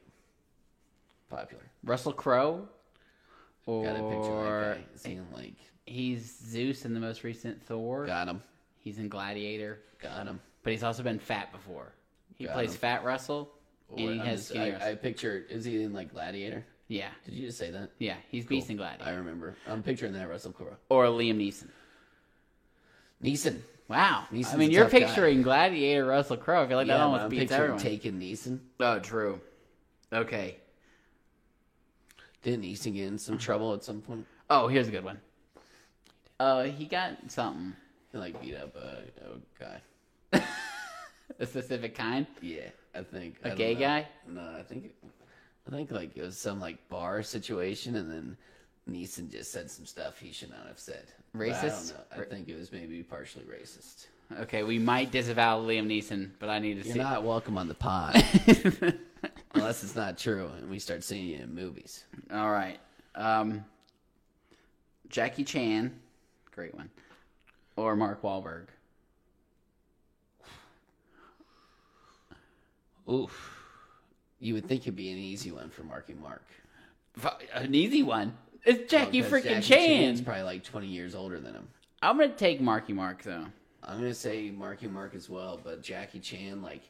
Speaker 2: popular.
Speaker 1: Russell Crowe
Speaker 2: Got a picture of
Speaker 1: or
Speaker 2: that guy. Is he in, like
Speaker 1: he's Zeus in the most recent Thor.
Speaker 2: got him?
Speaker 1: He's in Gladiator,
Speaker 2: Got him.
Speaker 1: but he's also been fat before. He
Speaker 2: Got
Speaker 1: plays
Speaker 2: him.
Speaker 1: Fat Russell and
Speaker 2: Wait,
Speaker 1: he
Speaker 2: I'm
Speaker 1: has
Speaker 2: just-
Speaker 1: skinny
Speaker 2: I,
Speaker 1: Russell.
Speaker 2: I picture is he in like Gladiator?
Speaker 1: Yeah,
Speaker 2: Did you just say that?
Speaker 1: yeah, he's Beast in Gladiator
Speaker 2: I remember. I'm picturing that Russell Crowe.
Speaker 1: or Liam Neeson.
Speaker 2: Neeson.
Speaker 1: Wow.
Speaker 2: Neeson's
Speaker 1: I mean,
Speaker 2: a
Speaker 1: you're
Speaker 2: tough guy.
Speaker 1: picturing Gladiator Russell Crowe. I feel like
Speaker 2: Yeah,
Speaker 1: that
Speaker 2: but
Speaker 1: almost
Speaker 2: I'm
Speaker 1: beats
Speaker 2: picturing
Speaker 1: everyone.
Speaker 2: taking Neeson.
Speaker 1: oh, true. Okay.
Speaker 2: Didn't Neeson get in some trouble at some point?
Speaker 1: Oh, here's a good one. Uh, he got something.
Speaker 2: He like beat up a oh god.
Speaker 1: A specific kind.
Speaker 2: Yeah, I think a
Speaker 1: gay guy?
Speaker 2: No, I think I think like it was some like bar situation, and then Neeson just said some stuff he should not have said. But I don't
Speaker 1: Racist?
Speaker 2: know. I, think it was maybe partially racist.
Speaker 1: Okay, we might disavow Liam Neeson, but I need to
Speaker 2: You're
Speaker 1: see.
Speaker 2: not welcome on the pod unless it's not true, and we start seeing you in movies.
Speaker 1: All right. Um, Jackie Chan, great one, or Mark Wahlberg.
Speaker 2: Oof. You would think it'd be an easy one for Marky Mark.
Speaker 1: F- An easy one. It's Jackie
Speaker 2: Because
Speaker 1: freaking
Speaker 2: Jackie
Speaker 1: Chan.
Speaker 2: Chan's probably like 20 years older than him.
Speaker 1: I'm gonna take Marky Mark though.
Speaker 2: I'm gonna say Marky Mark as well, but Jackie Chan. Like,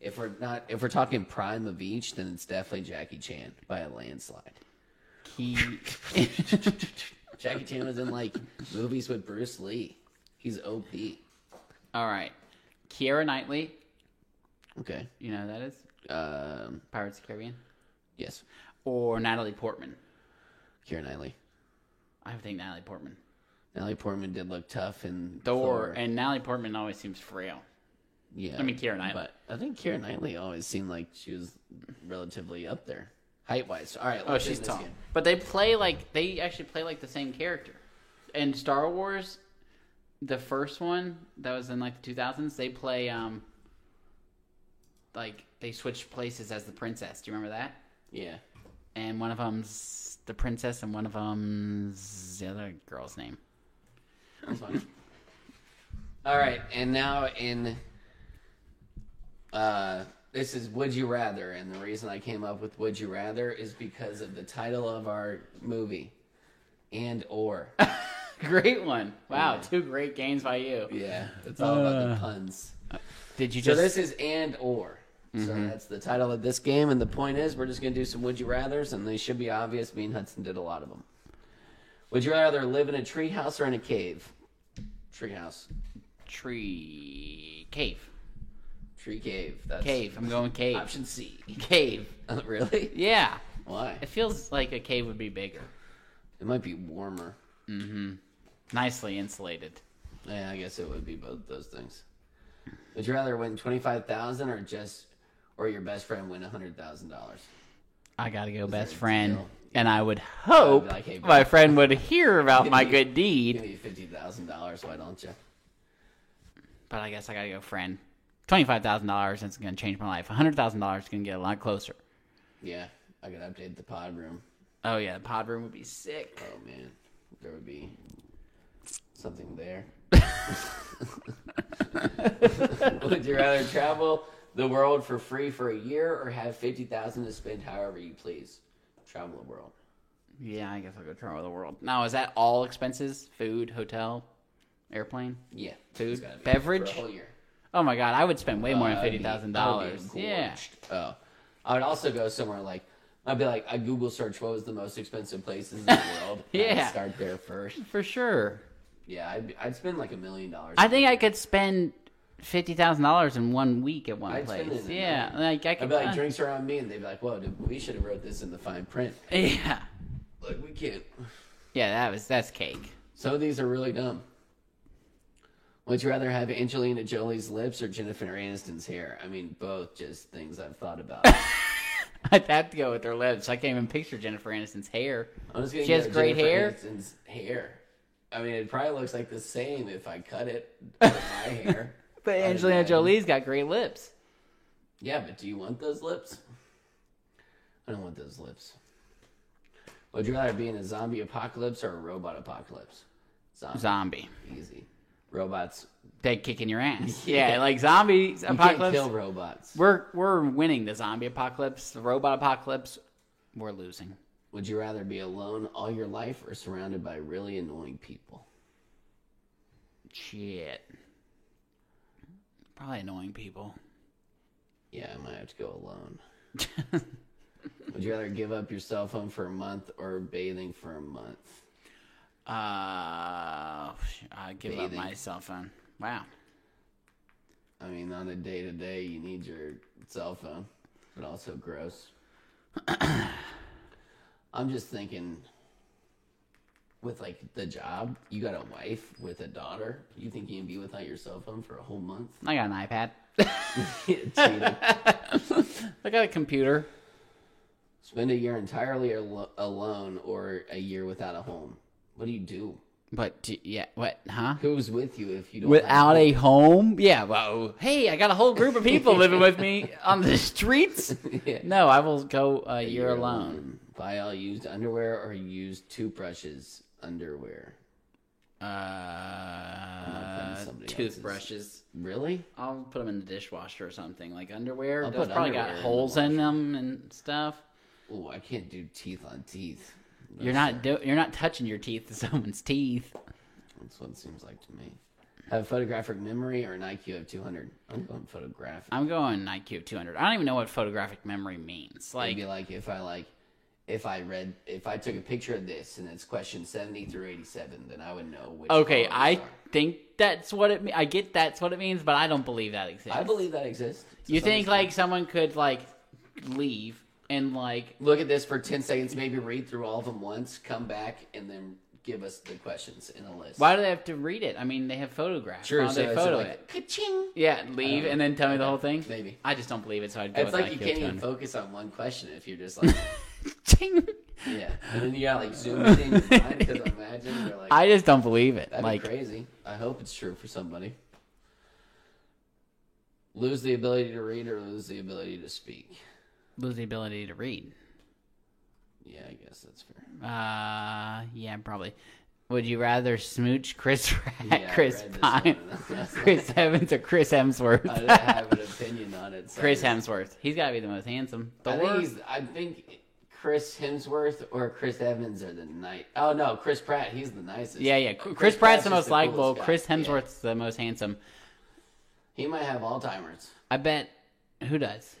Speaker 2: if we're not if we're talking prime of each, then it's definitely Jackie Chan by a landslide.
Speaker 1: He
Speaker 2: Jackie Chan was in like movies with Bruce Lee. He's OP.
Speaker 1: All right. Kiera Knightley,
Speaker 2: Okay.
Speaker 1: you know who that is
Speaker 2: Um.
Speaker 1: Pirates of the Caribbean,
Speaker 2: Yes.
Speaker 1: or Natalie Portman.
Speaker 2: Keira Knightley.
Speaker 1: I would think Natalie Portman.
Speaker 2: Natalie Portman did look tough in
Speaker 1: Thor, and Natalie Portman always seems frail.
Speaker 2: yeah.
Speaker 1: I mean, Keira Knightley.
Speaker 2: But I think Keira Knightley always seemed like she was relatively up there height wise. All right.
Speaker 1: Oh,
Speaker 2: let's do
Speaker 1: she's
Speaker 2: this
Speaker 1: tall.
Speaker 2: game.
Speaker 1: But they play like they actually play like the same character. In Star Wars, the first one that was in like the 2000s, they play um like they switch places as the princess. Do you remember that?
Speaker 2: Yeah.
Speaker 1: And one of them's the princess, and one of them's the other girl's name.
Speaker 2: That's fine. All right, and now in uh this is Would You Rather, and the reason I came up with Would You Rather is because of the title of our movie. And or.
Speaker 1: Great one! Wow, two great games by you.
Speaker 2: Yeah. It's all about the puns.
Speaker 1: Uh. Did you
Speaker 2: So
Speaker 1: just? Mm-hmm.
Speaker 2: this is and or. So that's the title of this game, and the point is we're just gonna do some would you rather's, and they should be obvious. Me and Hudson did a lot of them. Would you rather live in a tree house or in a cave? Tree house,
Speaker 1: tree cave
Speaker 2: tree cave. That's
Speaker 1: cave. I'm going cave
Speaker 2: Option C.
Speaker 1: cave.
Speaker 2: really?
Speaker 1: Yeah,
Speaker 2: Why?
Speaker 1: it feels like a cave would be bigger,
Speaker 2: It might be warmer.
Speaker 1: nicely insulated.
Speaker 2: Yeah, I guess it would be both those things. Would you rather win twenty five thousand or just or your best friend win hundred thousand dollars?
Speaker 1: I gotta go, best
Speaker 2: a
Speaker 1: friend.
Speaker 2: deal?
Speaker 1: And I would hope
Speaker 2: like, hey, bro.
Speaker 1: my friend would hear about my
Speaker 2: me-
Speaker 1: good
Speaker 2: You
Speaker 1: deed.
Speaker 2: need fifty thousand dollars. Why don't you?
Speaker 1: But I guess I gotta go, friend. Twenty-five thousand dollars, and it's gonna change my life. hundred thousand dollars is gonna get a lot closer.
Speaker 2: Yeah, I could update the pod room.
Speaker 1: Oh yeah, the pod room would be sick.
Speaker 2: Oh man, there would be something there. would you rather travel the world for free for a year or have fifty thousand to spend however you please? Travel the world.
Speaker 1: Yeah, I guess I'll go travel the world. Now, is that all expenses? Food, hotel, airplane?
Speaker 2: Yeah,
Speaker 1: Food,
Speaker 2: it's gotta be
Speaker 1: beverage?
Speaker 2: for a whole year.
Speaker 1: Oh my god, I would spend way more than
Speaker 2: Uh, I'd
Speaker 1: fifty
Speaker 2: be-
Speaker 1: thousand
Speaker 2: I
Speaker 1: dollars.
Speaker 2: would be
Speaker 1: Yeah.
Speaker 2: gorged. Oh, I would also go somewhere like I'd be like I Google search what was the most expensive places in the world. I'd
Speaker 1: Yeah.
Speaker 2: start there first.
Speaker 1: For sure.
Speaker 2: Yeah, I'd, I'd spend like a million dollars.
Speaker 1: I think I could spend fifty thousand dollars in one week at one
Speaker 2: I'd spend
Speaker 1: place.
Speaker 2: it in a
Speaker 1: Yeah, like I
Speaker 2: I'd
Speaker 1: could.
Speaker 2: be like
Speaker 1: uh,
Speaker 2: drinks around me, and they'd be like, "Whoa, dude, we should have wrote this in the fine print."
Speaker 1: yeah,
Speaker 2: Like we can't.
Speaker 1: yeah, that was that's cake.
Speaker 2: Some of these are really dumb. Would you rather have Angelina Jolie's lips or Jennifer Aniston's hair? I mean, both just things I've thought about.
Speaker 1: I'd have to go with her lips. I can't even picture Jennifer Aniston's hair.
Speaker 2: I'm just gonna
Speaker 1: She has
Speaker 2: go
Speaker 1: great
Speaker 2: Jennifer
Speaker 1: hair.
Speaker 2: Aniston's hair. I mean, it probably looks like the same if I cut it with my hair.
Speaker 1: But
Speaker 2: I'd
Speaker 1: Angelina
Speaker 2: imagine.
Speaker 1: Jolie's got great lips.
Speaker 2: Yeah, but do you want those lips? I don't want those lips. Would you rather be in a zombie apocalypse or a robot apocalypse? Zombie.
Speaker 1: Zombie,
Speaker 2: Easy. Robots.
Speaker 1: they kicking your ass. Yeah, like zombie
Speaker 2: You can't
Speaker 1: apocalypse.
Speaker 2: kill robots.
Speaker 1: We're we're winning the zombie apocalypse, the robot apocalypse. We're losing.
Speaker 2: Would you rather be alone all your life or surrounded by really annoying people?
Speaker 1: Shit. Probably annoying people.
Speaker 2: Yeah, I might have to go alone. Would you rather give up your cell phone for a month or bathing for a month?
Speaker 1: Uh, I give up
Speaker 2: Bathing.
Speaker 1: my cell phone. Wow.
Speaker 2: I mean, on a day to day, you need your cell phone, but also gross. I'm just thinking, with like the job, you got a wife with a daughter. You think you can be without your cell phone for a whole month?
Speaker 1: I got an iPad.
Speaker 2: Cheating.
Speaker 1: I got a computer.
Speaker 2: Spend a year entirely al- alone or a year without a home. What do you do?
Speaker 1: But d- yeah, what? Huh?
Speaker 2: Who's with you if you don't? have
Speaker 1: Without a home? Yeah. Well, hey, I got a whole group of people living with me on the streets.
Speaker 2: Yeah.
Speaker 1: No, I will go a
Speaker 2: a
Speaker 1: year
Speaker 2: year
Speaker 1: alone.
Speaker 2: Buy all used underwear or used toothbrushes underwear.
Speaker 1: Uh,
Speaker 2: somebody else's.
Speaker 1: toothbrushes.
Speaker 2: Really?
Speaker 1: I'll put them in the dishwasher or something, like underwear.
Speaker 2: I'll
Speaker 1: Those
Speaker 2: put
Speaker 1: probably
Speaker 2: underwear in the
Speaker 1: got holes in them and stuff.
Speaker 2: Oh, I can't do teeth on teeth.
Speaker 1: You're not do- you're not touching your teeth to someone's teeth.
Speaker 2: That's what it seems like to me. Have photographic memory or an IQ of 200? I'm going photographic.
Speaker 1: I'm going IQ 200. I don't even know what photographic memory means.
Speaker 2: It'd
Speaker 1: Like,
Speaker 2: be like if I like, if I read, if I took a picture of this and it's question 70 through 87, then I would know which.
Speaker 1: okay,
Speaker 2: columns
Speaker 1: I
Speaker 2: are.
Speaker 1: think that's what it. Me- I get that's what it means, but I don't believe that exists.
Speaker 2: I believe that exists. to
Speaker 1: you
Speaker 2: some
Speaker 1: think
Speaker 2: extent.
Speaker 1: like someone could like leave and like
Speaker 2: look at this for 10 seconds, maybe read through all of them once, come back, and then give us the questions in a list.
Speaker 1: why do they have to read it? I mean, they have photographs. Why
Speaker 2: Sure,
Speaker 1: don't
Speaker 2: so
Speaker 1: they
Speaker 2: it's
Speaker 1: photo
Speaker 2: like
Speaker 1: it.
Speaker 2: ka-ching.
Speaker 1: Yeah, leave and then tell me the whole thing.
Speaker 2: Maybe.
Speaker 1: I just don't believe it, so I'd go
Speaker 2: It's
Speaker 1: with
Speaker 2: like you
Speaker 1: IQ
Speaker 2: can't even
Speaker 1: 200.
Speaker 2: focus on one question if you're just like,
Speaker 1: Ting.
Speaker 2: yeah. And then you gotta like zoom in in because I imagine you're like,
Speaker 1: I just don't believe it.
Speaker 2: That'd
Speaker 1: like
Speaker 2: be crazy. I hope it's true for somebody. Lose the ability to read or lose the ability to speak.
Speaker 1: lose the ability to read.
Speaker 2: Yeah, I guess that's fair.
Speaker 1: Uh, yeah, probably. Would you rather smooch Chris Pratt,
Speaker 2: Yeah, I
Speaker 1: Chris
Speaker 2: read this
Speaker 1: Pine,
Speaker 2: one.
Speaker 1: Chris Evans, or Chris
Speaker 2: I didn't
Speaker 1: Hemsworth?
Speaker 2: have an opinion on it. so
Speaker 1: Chris
Speaker 2: I
Speaker 1: Hemsworth. He's got to be the most handsome.
Speaker 2: just- I
Speaker 1: Thor?
Speaker 2: think he's. I think Chris Hemsworth or Chris Evans are the night. Oh no, Chris Pratt. He's the nicest.
Speaker 1: yeah, yeah. Chris, Pratt's, the
Speaker 2: just
Speaker 1: most likable.
Speaker 2: coolest guy.
Speaker 1: Chris
Speaker 2: Yeah.
Speaker 1: Hemsworth's the most handsome.
Speaker 2: He might have Alzheimer's.
Speaker 1: I bet. Who does?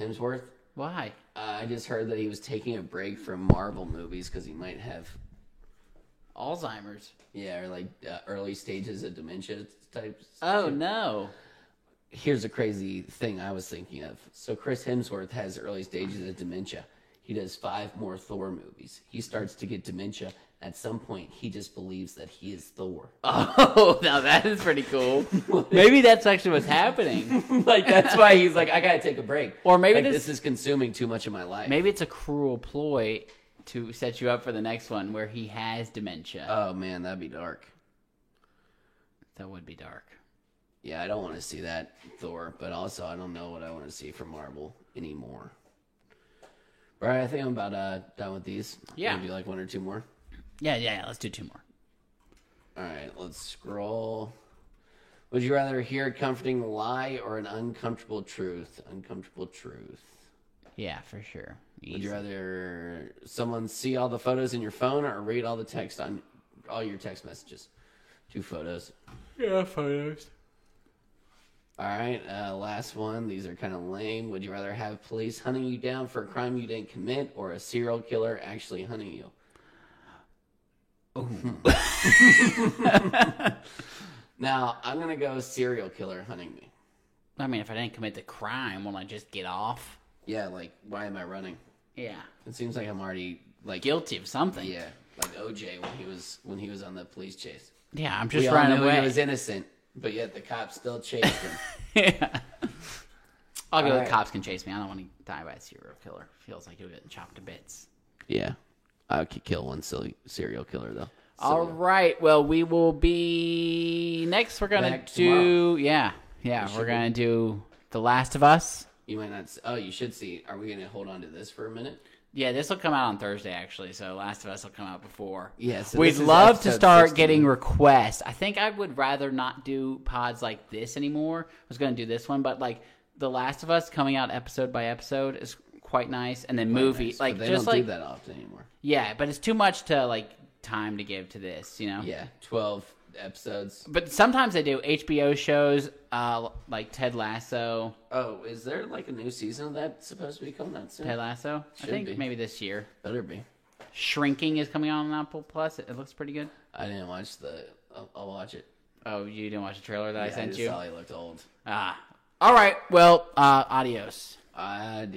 Speaker 2: Hemsworth.
Speaker 1: Why?
Speaker 2: Uh, I just heard that he was taking a break from Marvel movies because he might have
Speaker 1: Alzheimer's.
Speaker 2: Yeah, or like uh, early stages of dementia types.
Speaker 1: Oh no.
Speaker 2: Here's a crazy thing I was thinking of. So Chris Hemsworth has early stages of dementia. He does five more Thor movies. He starts to get dementia. At some point, he just believes that he is Thor.
Speaker 1: Oh, now that is pretty cool. maybe that's actually what's happening.
Speaker 2: like that's why he's like, I gotta take a break.
Speaker 1: Or maybe
Speaker 2: Like,
Speaker 1: this-
Speaker 2: this, is consuming too much of my life.
Speaker 1: Maybe it's a cruel ploy to set you up for the next one where he has dementia.
Speaker 2: Oh man, that'd be dark.
Speaker 1: that would be dark.
Speaker 2: Yeah, I don't want to see that Thor, but also I don't know what I want to see from Marvel anymore. All right, I think I'm about uh, done with these.
Speaker 1: Yeah.
Speaker 2: Maybe like one or two more.
Speaker 1: Yeah, yeah, yeah. Let's do two more.
Speaker 2: All right, let's scroll. Would you rather hear a comforting lie or an uncomfortable truth? Uncomfortable truth.
Speaker 1: Yeah, for sure.
Speaker 2: Would
Speaker 1: Easy.
Speaker 2: you rather someone see all the photos in your phone or read all the text on all your text messages? Two photos.
Speaker 1: Yeah, photos.
Speaker 2: All right, uh, last one. These are kind of lame. Would you rather have police hunting you down for a crime you didn't commit or a serial killer actually hunting you? now, I'm going to go serial killer hunting me.
Speaker 1: I mean, if I didn't commit the crime, will I just get off?
Speaker 2: Yeah, like, why am I running?
Speaker 1: Yeah,
Speaker 2: It seems like I'm already, like,
Speaker 1: guilty of something.
Speaker 2: yeah, like OJ when he was when he was on the police chase.
Speaker 1: Yeah, I'm
Speaker 2: We
Speaker 1: just
Speaker 2: all
Speaker 1: running
Speaker 2: knew he was
Speaker 1: away.
Speaker 2: innocent, but yet the cops still chased him.
Speaker 1: yeah. I'll go.
Speaker 2: All
Speaker 1: The
Speaker 2: right.
Speaker 1: cops can chase me. I don't want to die by a serial killer. Feels like you'll get chopped to bits.
Speaker 2: yeah. I could kill one silly serial killer, though.
Speaker 1: All right. Well, we will be next. We're gonna
Speaker 2: Back tomorrow.
Speaker 1: do yeah, yeah. We're gonna do The Last of Us.
Speaker 2: You might not. s oh, you should see. Are we going to hold on to this for a minute?
Speaker 1: Yeah, this will come out on Thursday actually. So Last of Us will come out before.
Speaker 2: Yeah, so
Speaker 1: We'd
Speaker 2: this is
Speaker 1: love to
Speaker 2: episode
Speaker 1: start
Speaker 2: 16.
Speaker 1: getting requests. I think I would rather not do pods like this anymore. I was gonna do this one, but like The Last of Us coming out episode by episode is quite nice, and then
Speaker 2: Nice,
Speaker 1: movies
Speaker 2: but
Speaker 1: like
Speaker 2: they
Speaker 1: just
Speaker 2: don't
Speaker 1: like
Speaker 2: do that often anymore.
Speaker 1: yeah, but it's too much to like time to give to this, you know.
Speaker 2: Yeah, twelve episodes.
Speaker 1: But sometimes they do HBO shows uh, like Ted Lasso.
Speaker 2: Oh, is there like a new season of that supposed to be coming out soon?
Speaker 1: Ted Lasso. I
Speaker 2: Should
Speaker 1: think
Speaker 2: be.
Speaker 1: maybe this year.
Speaker 2: Better be.
Speaker 1: Shrinking is coming out on Apple Plus. It, it looks pretty good.
Speaker 2: I didn't watch the. I'll, I'll watch it.
Speaker 1: Oh, you didn't watch the trailer that I
Speaker 2: Yeah,
Speaker 1: sent Ah.
Speaker 2: just
Speaker 1: you?
Speaker 2: Saw he looked old.
Speaker 1: Ah. All right. Well, uh, adios.
Speaker 2: I